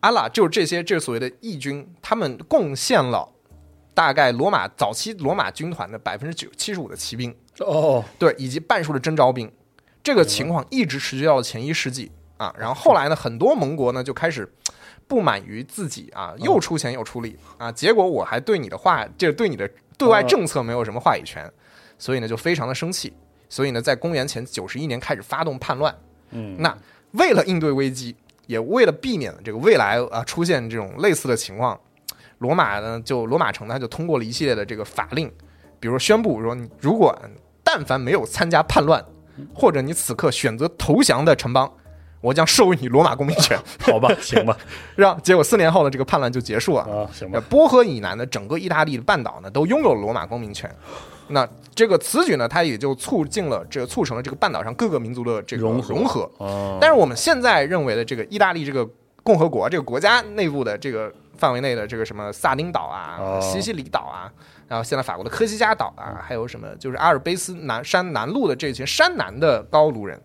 Speaker 5: 阿拉就是这些这所谓的义军，他们贡献了大概罗马早期罗马军团的百分之九七十五的骑兵，
Speaker 4: 哦，
Speaker 5: 对，以及半数的征召兵。这个情况一直持续到了前一世纪啊，然后后来呢，很多盟国呢就开始。不满于自己啊，又出钱又出力啊，结果我还对你的话，这对你的对外政策没有什么话语权，所以呢就非常的生气，所以呢在公元前九十一年开始发动叛乱，
Speaker 4: 嗯，
Speaker 5: 那为了应对危机，也为了避免这个未来啊、出现这种类似的情况，罗马呢就罗马城呢就通过了一系列的这个法令，比如说宣布说，你如果但但凡没有参加叛乱，或者你此刻选择投降的城邦，我将授予你罗马公民权。
Speaker 4: 好吧，行吧，
Speaker 5: 让结果四年后呢，这个叛乱就结束了。
Speaker 4: 啊，行
Speaker 5: 呃
Speaker 4: 吧，
Speaker 5: 波河以南的整个意大利的半岛呢，都拥有罗马公民权。那这个此举呢，它也就促进了这个促成了这个半岛上各个民族的这个
Speaker 4: 融
Speaker 5: 融
Speaker 4: 合
Speaker 5: 合
Speaker 4: 哦
Speaker 5: 但是我们现在认为的这个意大利这个共和国这个国家内部的这个范围内的这个什么萨丁岛啊、
Speaker 4: 哦
Speaker 5: 西西里岛啊，然后现在法国的科西嘉岛啊，还有什么就是阿尔卑斯南山南路的这群山南的高卢人，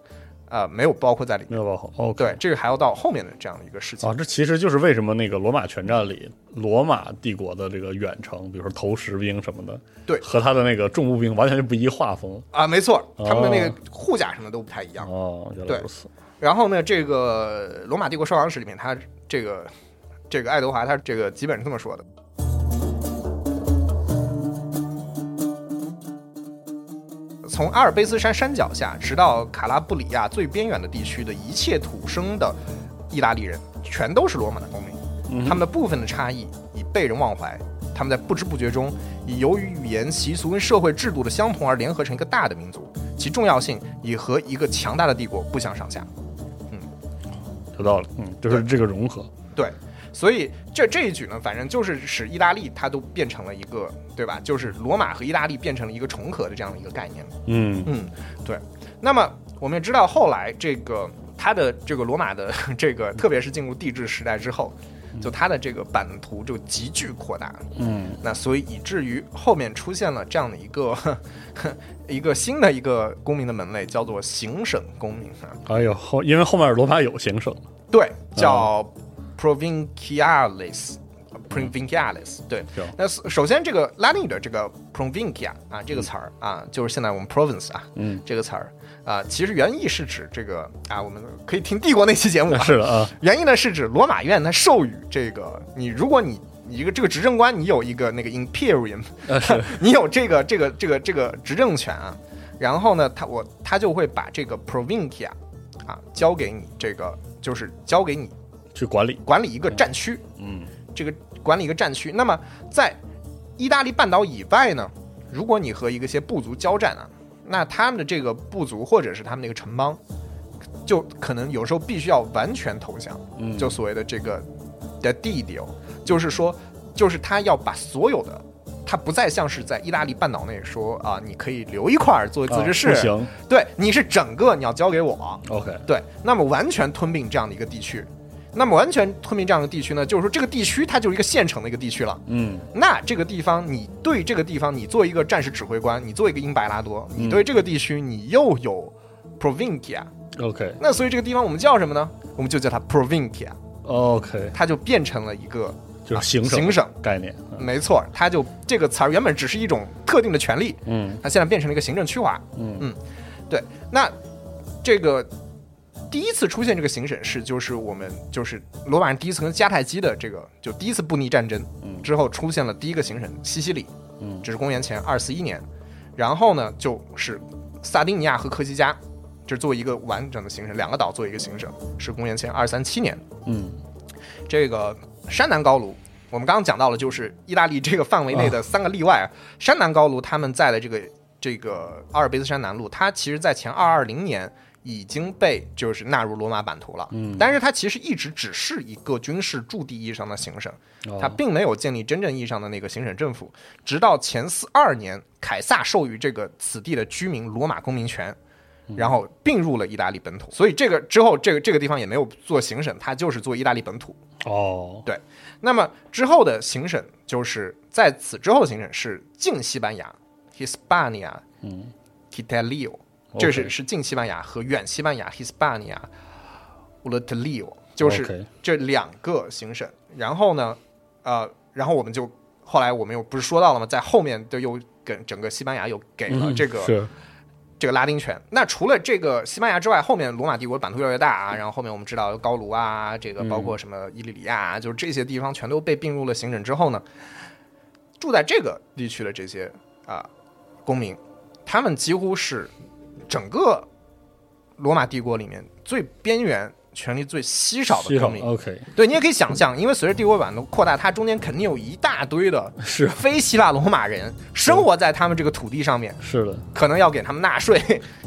Speaker 5: 呃，没有包括在里面。
Speaker 4: 没有包好，OK。
Speaker 5: 对，这个还要到后面的这样的一个事情。
Speaker 4: 啊，这其实就是为什么那个罗马全战里，罗马帝国的这个远程，比如说投石兵什么的，
Speaker 5: 对
Speaker 4: 和他的那个重步兵完全是不一画风。
Speaker 5: 啊，没错，他们的那
Speaker 4: 哦
Speaker 5: 个护甲什么都不太一样。
Speaker 4: 哦，原来
Speaker 5: 对
Speaker 4: 如此。
Speaker 5: 然后呢，这个《罗马帝国收藏史》里面，他这个这个爱德华，他这个基本是这么说的：从阿尔卑斯山山脚下，直到卡拉布里亚最边远的地区的一切土生的意大利人，全都是罗马的公民。他们的部分的差异已被人忘怀，他们在不知不觉中已由于语言、习俗跟社会制度的相同而联合成一个大的民族，其重要性已和一个强大的帝国不相上下。
Speaker 4: 有道理，嗯，就是这个融合，
Speaker 5: 对，所以这这一举呢，反正就是使意大利它都变成了一个，对吧？就是罗马和意大利变成了一个重合的这样的一个概念。
Speaker 4: 嗯，
Speaker 5: 嗯，对。那么我们也知道，后来这个它的这个罗马的 这个，特别是进入地质时代之后，就它的这个版图就急剧扩大。
Speaker 4: 嗯，
Speaker 5: 那所以以至于后面出现了这样的一个 一个新的一个公民的门类，叫做行省公民啊。
Speaker 4: 哎呦，后因为后面罗马有行省，
Speaker 5: 对，叫 provincialis。provincialis 对
Speaker 4: 行，
Speaker 5: 那首首先这个拉丁语的这个 provincia 啊这个词儿啊，就是现在我们 province 啊，
Speaker 4: 嗯，
Speaker 5: 这个词儿啊，其实原意是指这个啊，我们可以听帝国那期节目啊，
Speaker 4: 是的啊，
Speaker 5: 原意呢是指罗马院它授予这个你，如果你你一个这个执政官，你有一个那个 imperium，、你 有这个这个这个这个执政权啊，然后呢，他我他就会把这个 provincia 啊交给你，这个就是交给你
Speaker 4: 去管理，
Speaker 5: 管理一个战区，
Speaker 4: 嗯，
Speaker 5: 这个管理一个战区。那么在意大利半岛以外呢，如果你和一个些部族交战啊，那他们的这个部族或者是他们那个城邦，就可能有时候必须要完全投降，
Speaker 4: 嗯
Speaker 5: 就所谓的这个的地 d 就是说，就是他要把所有的。他不再像是在意大利半岛内说啊，你可以留一块儿作为自治市，嗯
Speaker 4: 啊不行
Speaker 5: 对，你是整个你要交给我，
Speaker 4: ，OK，
Speaker 5: 对，那么完全吞并这样的一个地区，那么完全吞并这样的地区呢，就是说这个地区它就是一个现成的一个地区了。
Speaker 4: 嗯，
Speaker 5: 那这个地方，你对这个地方，你做一个战士指挥官，你做一个英白拉多，
Speaker 4: 嗯
Speaker 5: 你对这个地区，你又有 provincia，
Speaker 4: OK
Speaker 5: 那所以这个地方我们叫什么呢？我们就叫它 provincia，
Speaker 4: OK，
Speaker 5: 它就变成了一个
Speaker 4: 就是行省
Speaker 5: 啊行省
Speaker 4: 概念，嗯
Speaker 5: 没错，它就这个词儿原本只是一种特定的权利，
Speaker 4: 嗯，
Speaker 5: 它现在变成了一个行政区划，
Speaker 4: 嗯
Speaker 5: 对。那这个第一次出现这个行省市，就是我们就是罗马人第一次跟迦太基的这个就第一次布匿战争
Speaker 4: 嗯
Speaker 5: 之后出现了第一个行省西西里，
Speaker 4: 嗯
Speaker 5: 这是公元前二四一年，然后呢就是萨丁尼亚和科西嘉，这作为一个完整的行省，两个岛作为一个行省，是公元前二三七年。
Speaker 4: 嗯，
Speaker 5: 这个山南高卢，我们刚刚讲到了，就是意大利这个范围内的三个例外。啊、山南高卢他们在的这个这个阿尔卑斯山南路，它其实在前二二零年已经被就是纳入罗马版图了。嗯，但是它其实一直只是一个军事驻地意义上的行省，它
Speaker 4: 哦
Speaker 5: 并没有建立真正意义上的那个行省政府。直到前四二年，凯撒授予这个此地的居民罗马公民权。然后并入了意大利本土，所以这个之后，这个这个地方也没有做行省，它就是做意大利本土。
Speaker 4: 哦，
Speaker 5: 对，那么之后的行省就是在此之后的行省是近西班牙 （Hispania），嗯，Italio，这是
Speaker 4: OK
Speaker 5: 是近西班牙和远西班牙 （Hispania）。u l t l i o 就是
Speaker 4: OK
Speaker 5: 这两个行省。然后呢，呃，然后我们就后来我们又不是说到了吗？在后面就又跟整个西班牙又给了
Speaker 4: 嗯
Speaker 5: 这个、
Speaker 4: 是
Speaker 5: 这个拉丁权。那除了这个西班牙之外，后面罗马帝国版图越来越大啊，然后后面我们知道高卢啊，这
Speaker 4: 嗯
Speaker 5: 个包括什么伊利里亚啊，就是这些地方全都被并入了行省之后呢，住在这个地区的这些啊、公民，他们几乎是整个罗马帝国里面最边缘权力最稀少的
Speaker 4: 稀
Speaker 5: 歌
Speaker 4: 少哦
Speaker 5: 迷。
Speaker 4: OK
Speaker 5: 对你也可以想象，因为随着帝国版的扩大，它中间肯定有一大堆的
Speaker 4: 是
Speaker 5: 非希腊罗马人生活在他们这个土地上面，
Speaker 4: 是的，
Speaker 5: 可能要给他们纳税，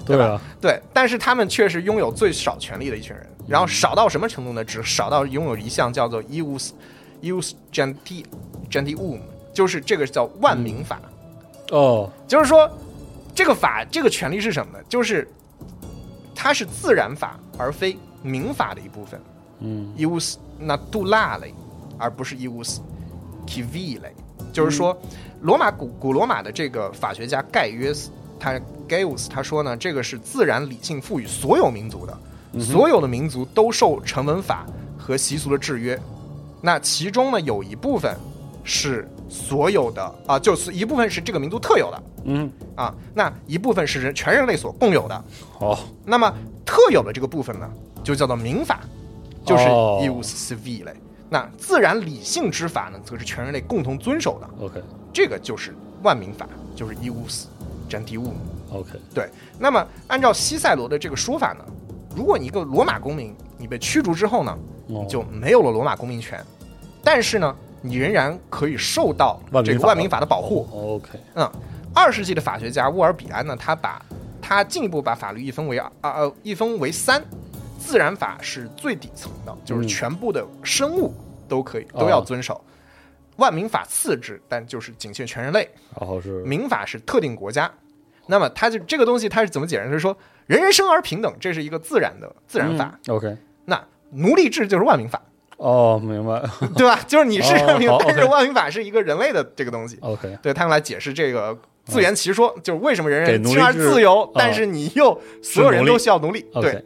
Speaker 4: 对啊，
Speaker 5: 对，但是他们却是拥有最少权力的一群人，然后少到什么程度呢？只少到拥有一项叫做 ius ius genti gentium，就是这个叫万民法，
Speaker 4: 哦，
Speaker 5: 就是说这个法这个权利是什么呢？就是它是自然法而非民法的一部分
Speaker 4: 嗯，
Speaker 5: ，ius naturae，而不是 ius civile，就是说罗马古古罗马的这个法学家盖约斯。他 Gaius 他说呢，这个是自然理性赋予所有民族的，所有的民族都受成文法和习俗的制约。那其中呢，有一部分是所有的啊、就是一部分是这个民族特有的，
Speaker 4: 嗯，
Speaker 5: 啊，那一部分是人全人类所共有的。
Speaker 4: 好，
Speaker 5: 那么特有的这个部分呢，就叫做民法，就是
Speaker 4: 哦
Speaker 5: ius civile。那自然理性之法呢，则是全人类共同遵守的，
Speaker 4: OK
Speaker 5: 这个就是万民法，就是 ius gentium。
Speaker 4: OK，
Speaker 5: 对，那么按照西塞罗的这个说法呢，如果你一个罗马公民你被驱逐之后呢，
Speaker 4: 哦
Speaker 5: 你就没有了罗马公民权，但是呢，你仍然可以受到
Speaker 4: 万民
Speaker 5: 这个
Speaker 4: 法哦
Speaker 5: 万民法的保护。
Speaker 4: OK，
Speaker 5: 嗯，二世纪的法学家沃尔比安呢，他把他进一步把法律一分为二，呃，一分为三，自然法是最底层的，就是
Speaker 4: 嗯
Speaker 5: 全部的生物都可以、
Speaker 4: 哦
Speaker 5: 都要遵守。万民法次之，但就是仅限全人类。
Speaker 4: 然后是
Speaker 5: 民法是特定国家。那么它就这个东西它是怎么解释？就是说人人生而平等，这是一个自然的自然法。
Speaker 4: 嗯 OK，
Speaker 5: 那奴隶制就是万民法，
Speaker 4: 哦，明白
Speaker 5: 对吧？就是你是
Speaker 4: 哦
Speaker 5: 人民，
Speaker 4: 好
Speaker 5: 但是
Speaker 4: OK
Speaker 5: 万民法是一个人类的这个东西。
Speaker 4: OK，
Speaker 5: 对他们来解释这个自圆其说，就是为什么人
Speaker 4: 给
Speaker 5: 人
Speaker 4: 奴隶
Speaker 5: 虽然
Speaker 4: 制
Speaker 5: 自由
Speaker 4: 啊，
Speaker 5: 但是你又所有人都需要奴隶。对
Speaker 4: OK，，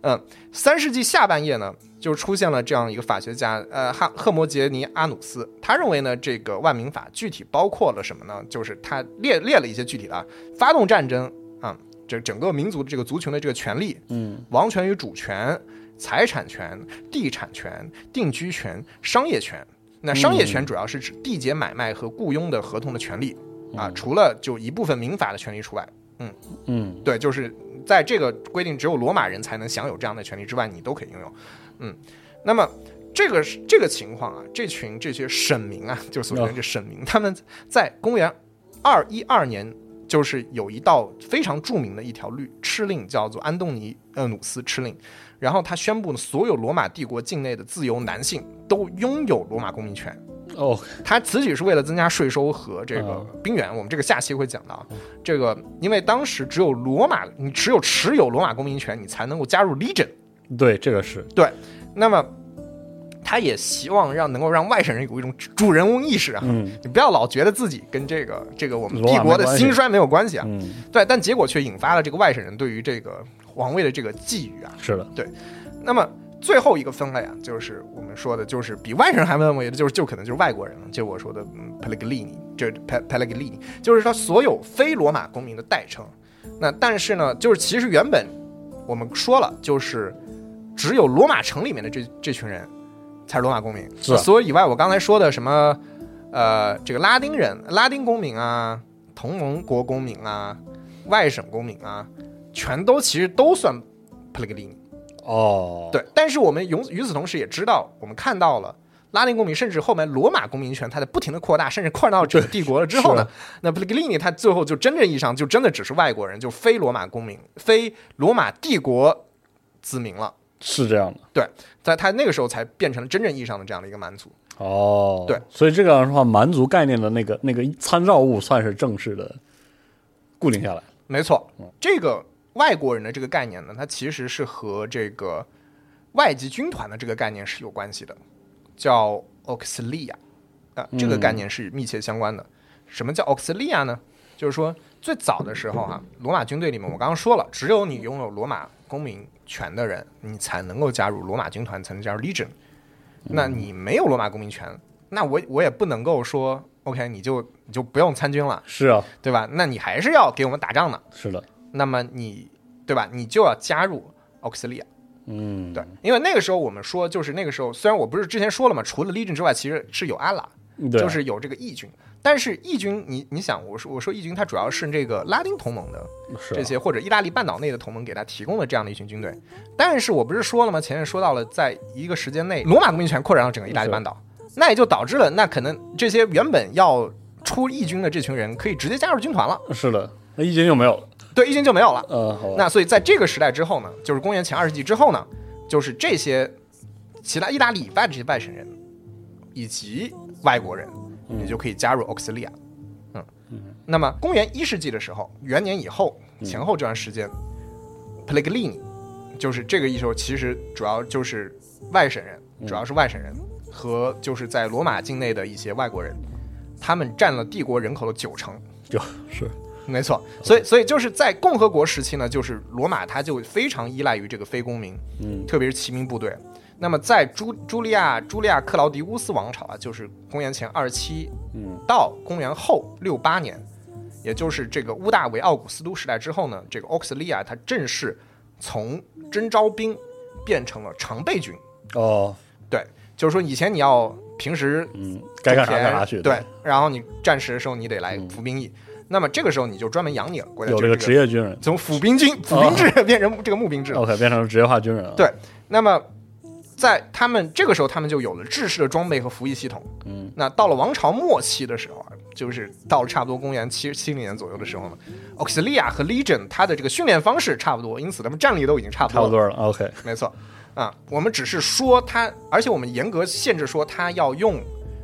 Speaker 5: 嗯，三世纪下半叶呢，就出现了这样一个法学家，呃，哈赫摩杰尼阿努斯，他认为呢，这个万民法具体包括了什么呢？就是他列列了一些具体的啊，发动战争啊，这整个民族的这个族群的这个权利，
Speaker 4: 嗯
Speaker 5: 王权与主权、财产权、地产权、定居权、商业权。那商业权主要是指缔结买卖和雇佣的合同的权利、啊，除了就一部分民法的权利除外。
Speaker 4: 嗯
Speaker 5: 对，就是在这个规定只有罗马人才能享有这样的权利之外，你都可以拥有。嗯，那么这个是这个情况啊，这群这些省民啊，就是所谓的这省民，他们在公元二一二年，就是有一道非常著名的一条律敕令，叫做安东尼呃努斯敕令。然后他宣布呢，所有罗马帝国境内的自由男性都拥有罗马公民权。
Speaker 4: OK，
Speaker 5: 他此举是为了增加税收和这个
Speaker 4: 嗯
Speaker 5: 兵源，我们这个下期会讲到啊。这个因为当时只有罗马，你只有持有罗马公民权，你才能够加入 legion。
Speaker 4: 对，这个是
Speaker 5: 对，那么他也希望让能够让外省人有一种主人翁意识啊，
Speaker 4: 嗯
Speaker 5: 你不要老觉得自己跟这个这个我们
Speaker 4: 罗
Speaker 5: 帝
Speaker 4: 马
Speaker 5: 国
Speaker 4: 没
Speaker 5: 的
Speaker 4: 关系
Speaker 5: 兴衰没有关系啊。
Speaker 4: 嗯
Speaker 5: 对，但结果却引发了这个外省人对于这个皇位的这个觊觎啊。
Speaker 4: 是的，
Speaker 5: 那么最后一个分类啊，就是我们说的，就是比外省人还没那么的，就是就可能就是外国人了，就我说的嗯 Pellegrini，就是 Pe- Pellegrini，就是说所有非罗马公民的代称。那但是呢，就是其实原本我们说了，就是只有罗马城里面的这这群人才是罗马公民，
Speaker 4: 是啊
Speaker 5: 所以以外，我刚才说的什么呃，这个拉丁人、拉丁公民啊，同盟国公民啊，外省公民啊，全都其实都算 Pellegrini。
Speaker 4: 哦，，
Speaker 5: 对，但是我们与与此同时也知道，我们看到了拉丁公民，甚至后面罗马公民权，它在不停的扩大，甚至扩大到整个帝国了之后呢，那 Pellegrini 他最后就真正意义上就真的只是外国人，就非罗马公民、非罗马帝国子民了。
Speaker 4: 是这样的，
Speaker 5: 对，在他那个时候才变成了真正意义上的这样的一个蛮族。
Speaker 4: 哦，
Speaker 5: 对，
Speaker 4: 所以这个样的话，蛮族概念的那个那个参照物算是正式的固定下来，
Speaker 5: 没错，这个外国人的这个概念呢，它其实是和这个外籍军团的这个概念是有关系的，叫 auxilia 啊、这个概念是密切相关的。什么叫 auxilia 呢？就是说最早的时候啊，罗马军队里面，我刚刚说了，只有你拥有罗马公民权的人，你才能够加入罗马军团，才能加入 legion。那你没有罗马公民权，那我我也不能够说 OK，你就你就不用参军了，
Speaker 4: 是啊，
Speaker 5: 对吧？那你还是要给我们打仗的。
Speaker 4: 是的，
Speaker 5: 那么你对吧？你就要加入 Auxilia。
Speaker 4: 嗯，
Speaker 5: 对，因为那个时候我们说，就是那个时候，虽然我不是之前说了嘛，除了 Legion 之外，其实是有阿拉，
Speaker 4: 对啊
Speaker 5: 就是有这个义军。但是义军，你你想，我说我说义军，它主要是这个拉丁同盟的
Speaker 4: 是啊
Speaker 5: 这些，或者意大利半岛内的同盟给他提供了这样的一群军队。但是我不是说了吗？前面说到了，在一个时间内，罗马革命权扩展到整个意大利半岛，那也就导致了，那可能这些原本要出义军的这群人可以直接加入军团了，
Speaker 4: 是的，那义军就没有了。
Speaker 5: 对，义军就没有了。
Speaker 4: 呃，好吧，
Speaker 5: 那所以在这个时代之后呢，就是公元前二世纪之后呢，就是这些其他意大利以外的这些外省人以及外国人，你就可以加入奥克西利亚。嗯，那么公元一世纪的时候，元年以后前后这段时间，普雷格利尼就是这个一手，其实主要就是外省人，主要是外省人和就是在罗马境内的一些外国人，他们占了帝国人口的九成。
Speaker 4: 就是
Speaker 5: 没错，所以所以就是在共和国时期呢，就是罗马它就非常依赖于这个非公民，
Speaker 4: 嗯，
Speaker 5: 特别是骑兵部队。那么在朱朱利亚朱利亚克劳迪乌斯王朝啊，就是公元前二七，
Speaker 4: 嗯，
Speaker 5: 到公元后六八年，也就是这个乌大维奥古斯都时代之后呢，这个奥克斯利亚它正式从征召兵变成了常备军。
Speaker 4: 哦，
Speaker 5: 对，就是说以前你要平时
Speaker 4: 嗯，该干啥
Speaker 5: 种田
Speaker 4: 干啥去。嗯
Speaker 5: 对，，然后你战时的时候你得来服兵役，那么这个时候你就专门养你了，国家
Speaker 4: 有这
Speaker 5: 就是
Speaker 4: 个职业哦军人
Speaker 5: 从府兵军、府兵制变成这个募兵制了。
Speaker 4: ，OK，变成职业化军人了。
Speaker 5: 对那么，在他们这个时候，他们就有了制式的装备和服役系统。
Speaker 4: 嗯，
Speaker 5: 那到了王朝末期的时候啊，就是到了差不多公元七七零年左右的时候呢，奥克西利亚和 Legion 它的这个训练方式差不多，因此他们战力都已经差不
Speaker 4: 差
Speaker 5: 多
Speaker 4: 不
Speaker 5: 了。
Speaker 4: 多了。OK，
Speaker 5: 没错，啊，我们只是说他，而且我们严格限制说他要用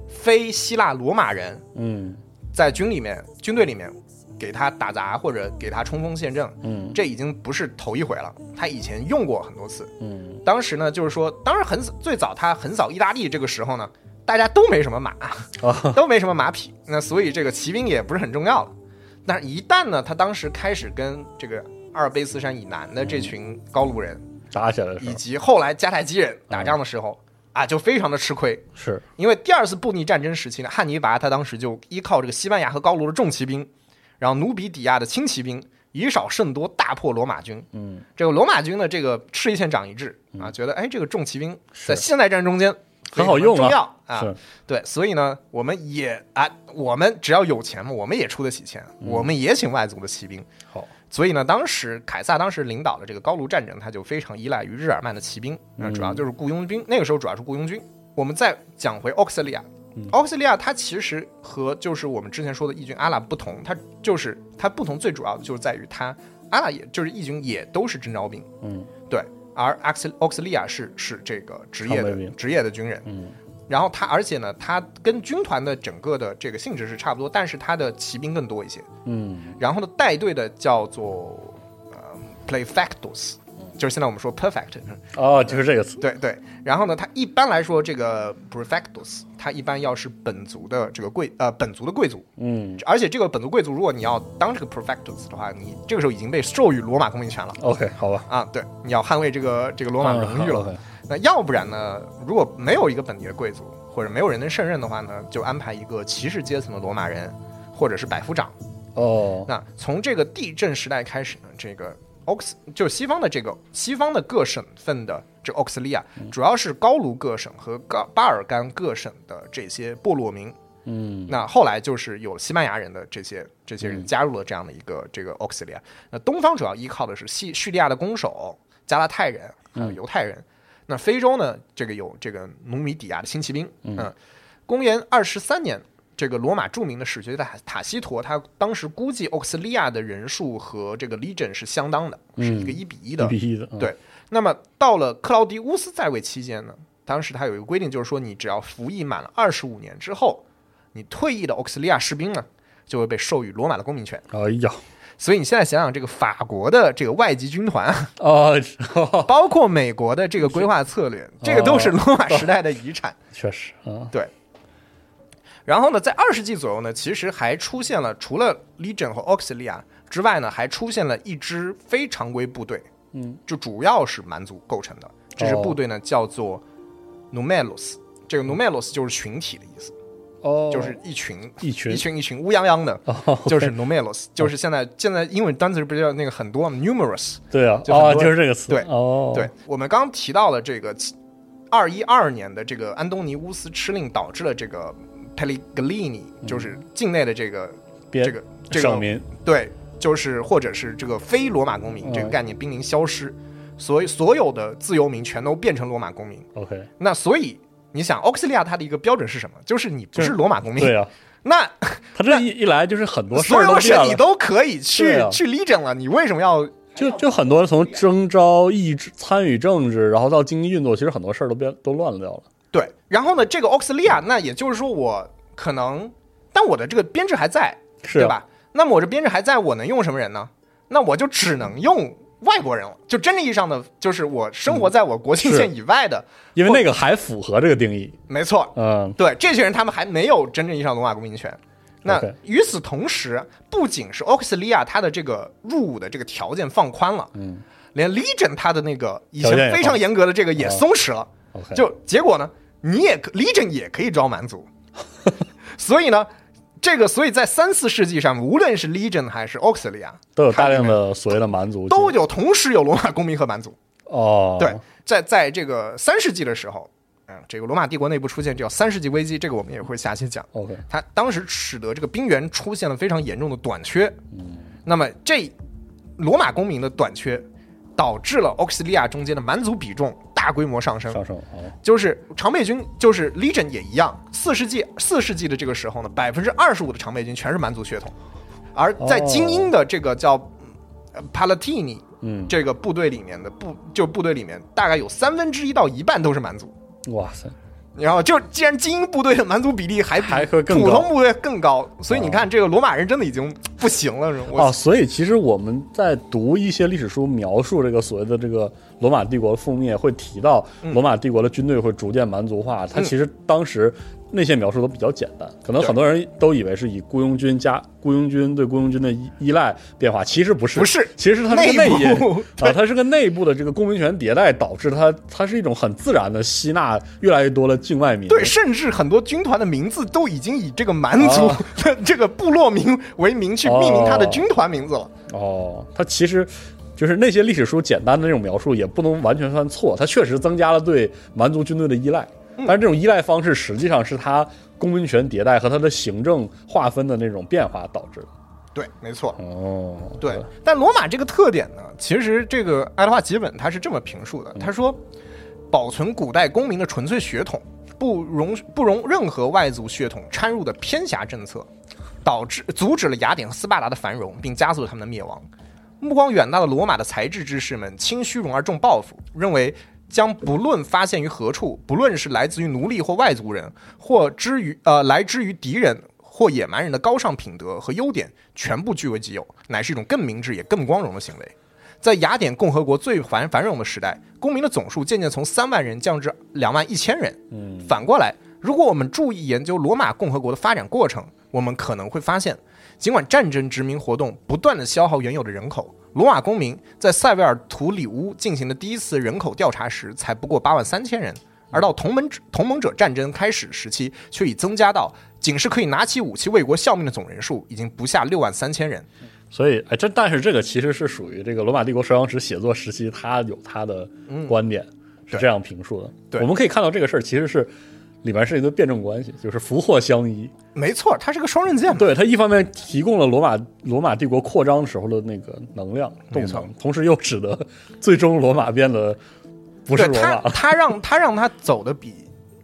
Speaker 5: 非希腊罗马人
Speaker 4: 嗯
Speaker 5: 在军里面、军队里面给他打杂或者给他冲锋陷阵，
Speaker 4: 嗯
Speaker 5: 这已经不是头一回了，他以前用过很多次。
Speaker 4: 嗯，
Speaker 5: 当时呢，就是说，当然很早最早他很早意大利这个时候呢，大家都没什么马，
Speaker 4: 啊，
Speaker 5: 都没什么马匹，那所以这个骑兵也不是很重要了。但是一旦呢，他当时开始跟这个阿尔卑斯山以南的
Speaker 4: 嗯
Speaker 5: 这群高卢人，
Speaker 4: 打起来的时
Speaker 5: 以
Speaker 4: 候
Speaker 5: 及后来迦太基人打仗的时候、啊，就非常的吃亏，
Speaker 4: 是
Speaker 5: 因为第二次布匿战争时期呢，汉尼拔他当时就依靠这个西班牙和高卢的重骑兵，然后努比底亚的轻骑兵以少胜多，大破罗马军。
Speaker 4: 嗯，
Speaker 5: 这个罗马军呢，这个吃一堑长一智啊，觉得哎，这个重骑兵在现代战中间
Speaker 4: 很好用啊
Speaker 5: 非常重要啊
Speaker 4: 是。
Speaker 5: 对，所以呢，我们也啊，我们只要有钱嘛，我们也出得起钱，我们也请外族的骑兵。
Speaker 4: 嗯好，
Speaker 5: 所以呢，当时凯撒当时领导的这个高卢战争，他就非常依赖于日耳曼的骑兵，那
Speaker 4: 嗯
Speaker 5: 主要就是雇佣兵。那个时候主要是雇佣军。我们再讲回奥克西利亚，
Speaker 4: 嗯
Speaker 5: 奥克西利亚它其实和就是我们之前说的义军阿拉不同，它就是它不同最主要的就是在于它阿拉也就是义军也都是征召兵，
Speaker 4: 嗯，
Speaker 5: 对，而阿克西奥克西利亚是是这个职业
Speaker 4: 常
Speaker 5: 的
Speaker 4: 备兵
Speaker 5: 职业的军人，
Speaker 4: 嗯，
Speaker 5: 然后它而且呢，它跟军团的整个的这个性质是差不多，但是它的骑兵更多一些，
Speaker 4: 嗯
Speaker 5: 然后呢，带队的叫做呃 Playfactus，就是
Speaker 4: 嗯
Speaker 5: 现在我们说 perfect，嗯
Speaker 4: 哦，就是这个词。
Speaker 5: 对对。然后呢，它一般来说这个 prefectus，它一般要是本族的这个贵呃本族的贵族，
Speaker 4: 嗯
Speaker 5: 而且这个本族贵族，如果你要当这个 prefectus 的话，你这个时候已经被授予罗马公民权了。
Speaker 4: ，OK，好吧。
Speaker 5: 啊，对，你要捍卫这个这个罗马荣誉
Speaker 4: 嗯好
Speaker 5: 了
Speaker 4: ，OK。
Speaker 5: 那要不然呢？如果没有一个本地的贵族，或者没有人能胜任的话呢，就安排一个骑士阶层的罗马人，或者是百夫长，
Speaker 4: 哦，
Speaker 5: 那从这个地震时代开始呢，这个 Ox 就是西方的这个西方的各省份的这个 Oxlia，
Speaker 4: 嗯
Speaker 5: 主要是高卢各省和高巴尔干各省的这些部落民。
Speaker 4: 嗯，
Speaker 5: 那后来就是有西班牙人的这些这些人加入了这样的一个这个 Oxlia。那东方主要依靠的是西叙利亚的攻守、加拉泰人还
Speaker 4: 嗯
Speaker 5: 有犹太人。那非洲呢，这个有这个努米底亚的轻骑兵。嗯，公元二十三年，这个罗马著名的史学家塔塔西佗，他当时估计奥克斯利亚的人数和这个 Legion 是相当的，是一个一比一
Speaker 4: 嗯
Speaker 5: 的。
Speaker 4: 一比一的。嗯
Speaker 5: 对，那么到了克劳迪乌斯在位期间呢，当时他有一个规定，就是说你只要服役满了二十五年之后，你退役的奥克斯利亚士兵呢，就会被授予罗马的公民权。
Speaker 4: 哎呀，
Speaker 5: 所以你现在想想，这个法国的这个外籍军团，啊
Speaker 4: 哦，
Speaker 5: 包括美国的这个规划策略，这个都是
Speaker 4: 哦
Speaker 5: 罗马时代的遗产。
Speaker 4: 确实啊，
Speaker 5: 对。然后呢，在二世纪左右呢，其实还出现了除了 Legion 和 Auxilia 之外呢，还出现了一支非常规部队，
Speaker 4: 嗯，
Speaker 5: 就主要是蛮族构成的。这支
Speaker 4: 哦
Speaker 5: 部队呢，叫做 Numelos。这个 Numelos 就是群体的意思，
Speaker 4: 哦，
Speaker 5: 就是 一群
Speaker 4: 一群
Speaker 5: 一群一群乌泱泱的，
Speaker 4: 哦
Speaker 5: 就是 Numelos，就是现在现在英文单词不是叫那个很多吗 numerous，
Speaker 4: 对啊，
Speaker 5: 就很
Speaker 4: 哦，
Speaker 5: 多
Speaker 4: 就是这个词。
Speaker 5: 对
Speaker 4: 哦，
Speaker 5: 对，我们刚提到了这个二一二年的这个安东尼乌斯敕令导致了这个 Pellegrini，就是境内的这个
Speaker 4: 嗯别
Speaker 5: 这个这个
Speaker 4: 省民
Speaker 5: 对，就是或者是这个非罗马公民这个
Speaker 4: 嗯
Speaker 5: 概念濒临消失，所以所有的自由民全都变成罗马公民。
Speaker 4: ，OK，
Speaker 5: 那所以你想，奥克西利亚它的一个标准是什么？就是你不
Speaker 4: 就是
Speaker 5: 罗马公民，
Speaker 4: 对啊呀、
Speaker 5: 那
Speaker 4: 他这一一来就是很多事
Speaker 5: 所
Speaker 4: 儿
Speaker 5: 有的
Speaker 4: 变
Speaker 5: 事你
Speaker 4: 了，
Speaker 5: 都可以去、
Speaker 4: 对啊
Speaker 5: 去 legion 了，你为什么要？
Speaker 4: 就就很多从征召、意志、参与政治，然后到经济运作，其实很多事儿都变都乱了掉了。
Speaker 5: 对，然后呢，这个奥克西利亚，那也就是说，我可能，但我的这个编制还在，
Speaker 4: 是啊
Speaker 5: 对吧？那么我这编制还在，我能用什么人呢？那我就只能用外国人了，就真正意义上的，就是我生活在我国
Speaker 4: 嗯
Speaker 5: 境
Speaker 4: 是
Speaker 5: 线以外的，
Speaker 4: 因为那个还符合这个定义，
Speaker 5: 没错，
Speaker 4: 嗯，
Speaker 5: 对，这些人他们还没有真正意义上的罗马公民权。那
Speaker 4: OK
Speaker 5: 与此同时，不仅是 Oxilia 它的这个入伍的这个条件放宽了，嗯，连 Legion 它的那个以
Speaker 4: 条件
Speaker 5: 前
Speaker 4: 也
Speaker 5: 非常
Speaker 4: 放
Speaker 5: 严格的这个也
Speaker 4: 哦
Speaker 5: 松弛了。
Speaker 4: OK
Speaker 5: 就结果呢，你也可 Legion 也可以招 蛮族，所以呢，这个所以在三四世纪上，无论是 Legion 还是 Oxilia，
Speaker 4: 都有大量的所谓的蛮族，
Speaker 5: 都有同时有罗马公民和蛮族。
Speaker 4: 哦，
Speaker 5: 对，在在这个三世纪的时候，嗯，这个罗马帝国内部出现叫三世纪危机，这个我们也会下期讲。
Speaker 4: ，OK，
Speaker 5: 它当时使得这个兵源出现了非常严重的短缺。那么这罗马公民的短缺，导致了奥克西利亚中间的蛮族比重大规模上升。
Speaker 4: 上升哦，
Speaker 5: 就是常备军，就是 Legion 也一样。四世纪四世纪的这个时候呢，百分之二十五的常备军全是蛮族血统，而
Speaker 4: 哦
Speaker 5: 在精英的这个叫呃 Palatini
Speaker 4: 嗯
Speaker 5: 这个部队里面的部，就部队里面大概有三分之一到一半都是蛮族。
Speaker 4: 哇塞，
Speaker 5: 然后就既然精英部队的蛮族比例还比
Speaker 4: 还会更
Speaker 5: 普
Speaker 4: 高
Speaker 5: 通部队更高，所以你
Speaker 4: 哦
Speaker 5: 看这个罗马人真的已经不行了，是吧我
Speaker 4: 哦，所以其实我们在读一些历史书描述这个所谓的这个罗马帝国的覆灭，会提到
Speaker 5: 嗯
Speaker 4: 罗马帝国的军队会逐渐蛮族化。它其实当时那些描述都比较简单，可能
Speaker 5: 对
Speaker 4: 很多人都以为是以雇佣军加雇佣军对雇佣军的依依赖变化，其实不是，
Speaker 5: 不是
Speaker 4: 其实它是个内
Speaker 5: 内
Speaker 4: 因
Speaker 5: 部
Speaker 4: 啊，它是个内部的这个公民权迭代导致它，它是一种很自然的吸纳越来越多的境外民。
Speaker 5: 对，甚至很多军团的名字都已经以这个蛮族
Speaker 4: 哦
Speaker 5: 的 这个部落名为名去命名他的军团名字了。
Speaker 4: 哦，它其实就是那些历史书简单的那种描述，也不能完全算错。它确实增加了对蛮族军队的依赖，
Speaker 5: 嗯
Speaker 4: 但是这种依赖方式实际上是它公民权迭代和它的行政划分的那种变化导致的。
Speaker 5: 对，没错，
Speaker 4: 哦，
Speaker 5: 对。但罗马这个特点呢，其实这个爱德华·吉本他是这么评述的，他说，保存古代公民的纯粹血统，不容不容任何外族血统掺入的偏狭政策，导致阻止了雅典和斯巴达的繁荣，并加速了他们的灭亡。目光远大的罗马的才智之士们轻虚荣而重报复，认为将不论发现于何处，不论是来自于奴隶或外族人，或之于呃来之于敌人或野蛮人的高尚品德和优点，全部据为己有，乃是一种更明智也更光荣的行为。在雅典共和国最繁繁荣的时代，公民的总数渐渐从三万人降至两万一千人。嗯，反过来，如果我们注意研究罗马共和国的发展过程，我们可能会发现，尽管战争殖民活动不断的消耗原有的人口，罗马公民在塞维尔图里乌进行的第一次人口调查时，才不过八万三千人。而到同盟同盟者战争开始时期，却已增加到仅是可以拿起武器为国效命的总人数已经不下六万三千人。
Speaker 4: 所以，哎，这但是这个其实是属于这个罗马帝国衰亡史写作时期，他有他的观点、是这样评述的。
Speaker 5: 嗯对
Speaker 4: 我们可以看到这个事儿其实是里面是一个辩证关系，就是福祸相依。
Speaker 5: 没错，它是个双刃剑 嘛。
Speaker 4: 对，它一方面提供了罗马罗马帝国扩张时候的那个能量动
Speaker 5: 没错
Speaker 4: 能，同时又使得最终罗马变得不是
Speaker 5: 对
Speaker 4: 罗
Speaker 5: 他
Speaker 4: 马，了，
Speaker 5: 他让他让他走的比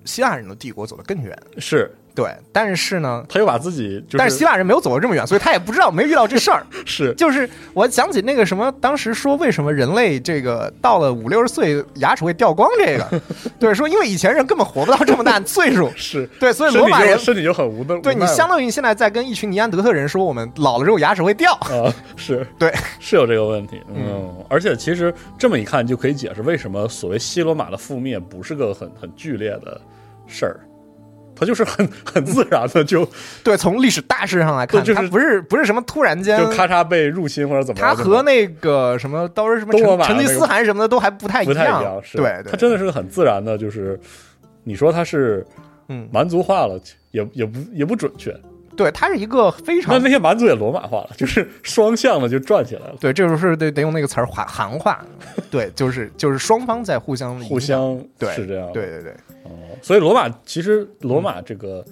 Speaker 5: 希腊人的帝国走得更远。
Speaker 4: 是
Speaker 5: 对，但是呢，
Speaker 4: 他又把自己就
Speaker 5: 但
Speaker 4: 是
Speaker 5: 是希腊人没有走得这么远，所以他也不知道，没遇到这事儿。
Speaker 4: 是
Speaker 5: 就是我想起那个什么，当时说为什么人类这个到了五六十岁牙齿会掉光，这个 对，说因为以前人根本活不到这么大岁数，
Speaker 4: 是，
Speaker 5: 对，所以
Speaker 4: 身
Speaker 5: 罗
Speaker 4: 体
Speaker 5: 马
Speaker 4: 就
Speaker 5: 人
Speaker 4: 身体就很无能，
Speaker 5: 对
Speaker 4: 无
Speaker 5: 你
Speaker 4: 奈了
Speaker 5: 相当于现在在跟一群尼安德特人说，我们老了之后牙齿会掉，
Speaker 4: 啊，是
Speaker 5: 对，
Speaker 4: 是有这个问题，嗯，而且其实这么一看就可以解释为什么所谓西罗马的覆灭不是个很很剧烈的事儿，它就是很很自然的就
Speaker 5: 对，从历史大势上来看，
Speaker 4: 对就是
Speaker 5: 它不是不是什么突然间
Speaker 4: 就咔嚓被入侵或者怎么着
Speaker 5: 他
Speaker 4: 就没
Speaker 5: 和
Speaker 4: 了
Speaker 5: 那个什么，当时什么
Speaker 4: 东罗
Speaker 5: 成
Speaker 4: 马
Speaker 5: 成吉
Speaker 4: 那个
Speaker 5: 思汗什么的都还不太哎一
Speaker 4: 不太
Speaker 5: 样，
Speaker 4: 一样，是
Speaker 5: 对，
Speaker 4: 它真
Speaker 5: 的
Speaker 4: 的是个很自然的，就是你说它是
Speaker 5: 嗯
Speaker 4: 蛮族化了，也也不也不准确。
Speaker 5: 对，他是一个非
Speaker 4: 那
Speaker 5: 常
Speaker 4: 那些蛮族也罗马化了，就是双向的就转起来了，
Speaker 5: 对，这就是得得用那个词儿喊行 话，对，就是就是双方在互相影响
Speaker 4: 互相
Speaker 5: 对
Speaker 4: 是这样。
Speaker 5: 对，对对，
Speaker 4: 所以罗马其实罗马这个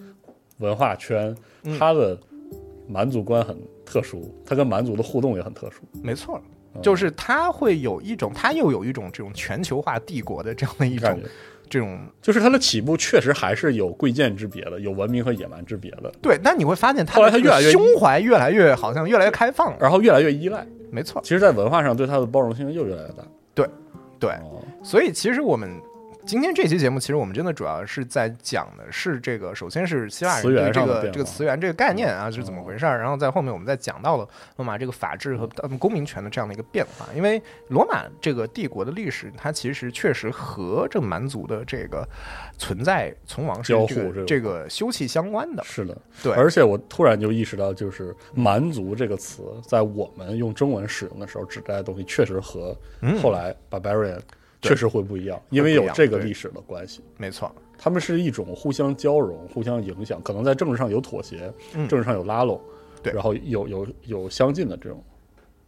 Speaker 4: 文化圈，
Speaker 5: 嗯
Speaker 4: 它的蛮族观很特殊，它跟蛮族的互动也很特殊。
Speaker 5: 没错，
Speaker 4: 嗯
Speaker 5: 就是它会有一种，它又有一种这种全球化帝国的这样的一
Speaker 4: 感
Speaker 5: 种
Speaker 4: 觉
Speaker 5: 这种
Speaker 4: 就是它的起步确实还是有贵贱之别的，有文明和野蛮之别的，
Speaker 5: 对，但你会发现它
Speaker 4: 后来
Speaker 5: 的
Speaker 4: 它
Speaker 5: 这个
Speaker 4: 越来越
Speaker 5: 胸怀越来越好像越来越开放了，
Speaker 4: 然后越来越依赖。
Speaker 5: 没错，
Speaker 4: 其实，在文化上对它的包容性又越来越大。
Speaker 5: 对，
Speaker 4: 哦，
Speaker 5: 所以其实我们。今天这期节目，其实我们真的主要是在讲的是这个，首先是希腊人
Speaker 4: 词源
Speaker 5: 对这
Speaker 4: 上的
Speaker 5: 个
Speaker 4: 变化嗯
Speaker 5: 这个词源这个概念啊是怎么回事儿，然后在后面我们再讲到了罗马这个法治和他们公民权的这样的一个变化，因为罗马这个帝国的历史，它其实确实和这蛮族的这个存在存亡是
Speaker 4: 交
Speaker 5: 这
Speaker 4: 互这
Speaker 5: 个
Speaker 4: 个
Speaker 5: 这个休戚相关的，
Speaker 4: 是的，
Speaker 5: 对，
Speaker 4: 而且我突然就意识到，就是“蛮族”这个词，在我们用中文使用的时候，指代的东西确实和后来 barbarian 确实嗯会不一样，因为有这个历史的关系。
Speaker 5: 没错，
Speaker 4: 他们是一种互相交融、互相影响，可能在政治上有妥协，
Speaker 5: 嗯
Speaker 4: 政治上有拉拢，
Speaker 5: 对
Speaker 4: 然后有有有相近的这种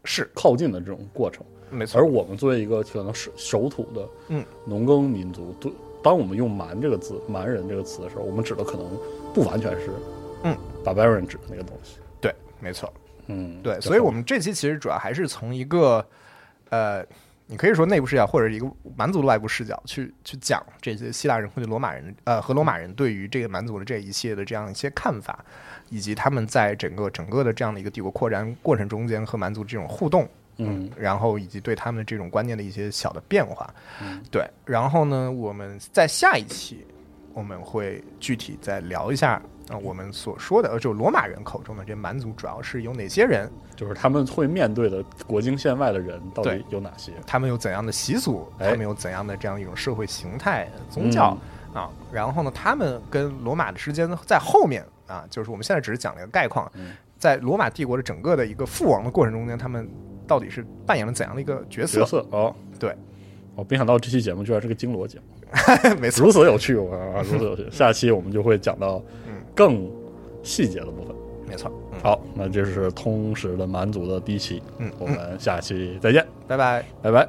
Speaker 5: 是
Speaker 4: 靠近的这种过程。
Speaker 5: 没错，
Speaker 4: 而我们作为一个可能是守土的，
Speaker 5: 嗯，
Speaker 4: 农耕民族，对，当我们用“蛮”这个字、“蛮人”这个词的时候，我们指的可能不完全是，
Speaker 5: 嗯
Speaker 4: ，barbarian 指的那个东西，
Speaker 5: 对，没错，
Speaker 4: 嗯，
Speaker 5: 对，所以我们这期其实主要还是从一个呃，你可以说内部视角或者一个蛮族的外部视角去去讲这些希腊人或者罗马人呃和罗马人对于这个蛮族的这一系列的这样一些看法，以及他们在整个整个的这样的一个帝国扩张过程中间和蛮族这种互动。
Speaker 4: 嗯，
Speaker 5: 然后以及对他们这种观念的一些小的变化，对。然后呢，我们在下一期我们会具体再聊一下啊、呃我们所说的呃，就罗马人口中的这蛮族主要是有哪些人，
Speaker 4: 就是他们会面对的国境线外的人到底
Speaker 5: 对
Speaker 4: 有哪些？
Speaker 5: 他们有怎样的习俗，
Speaker 4: 哎
Speaker 5: 他们有怎样的这样一种社会形态、宗教、
Speaker 4: 嗯
Speaker 5: 啊。然后呢，他们跟罗马的之间在后面啊，就是我们现在只是讲了一个概况，
Speaker 4: 嗯
Speaker 5: 在罗马帝国的整个的一个覆亡的过程中间，他们到底是扮演了怎样的一个角色？
Speaker 4: 角色哦，
Speaker 5: 对，
Speaker 4: 我没想到这期节目居然是个经罗节目，
Speaker 5: 没错，
Speaker 4: 如此有趣啊，如此有 趣。下期我们就会讲到更细节的部分。
Speaker 5: 没错。嗯，
Speaker 4: 好，那这是通识的蛮族的第一期，
Speaker 5: 嗯
Speaker 4: 我们下期再见，
Speaker 5: 拜拜。
Speaker 4: 拜拜。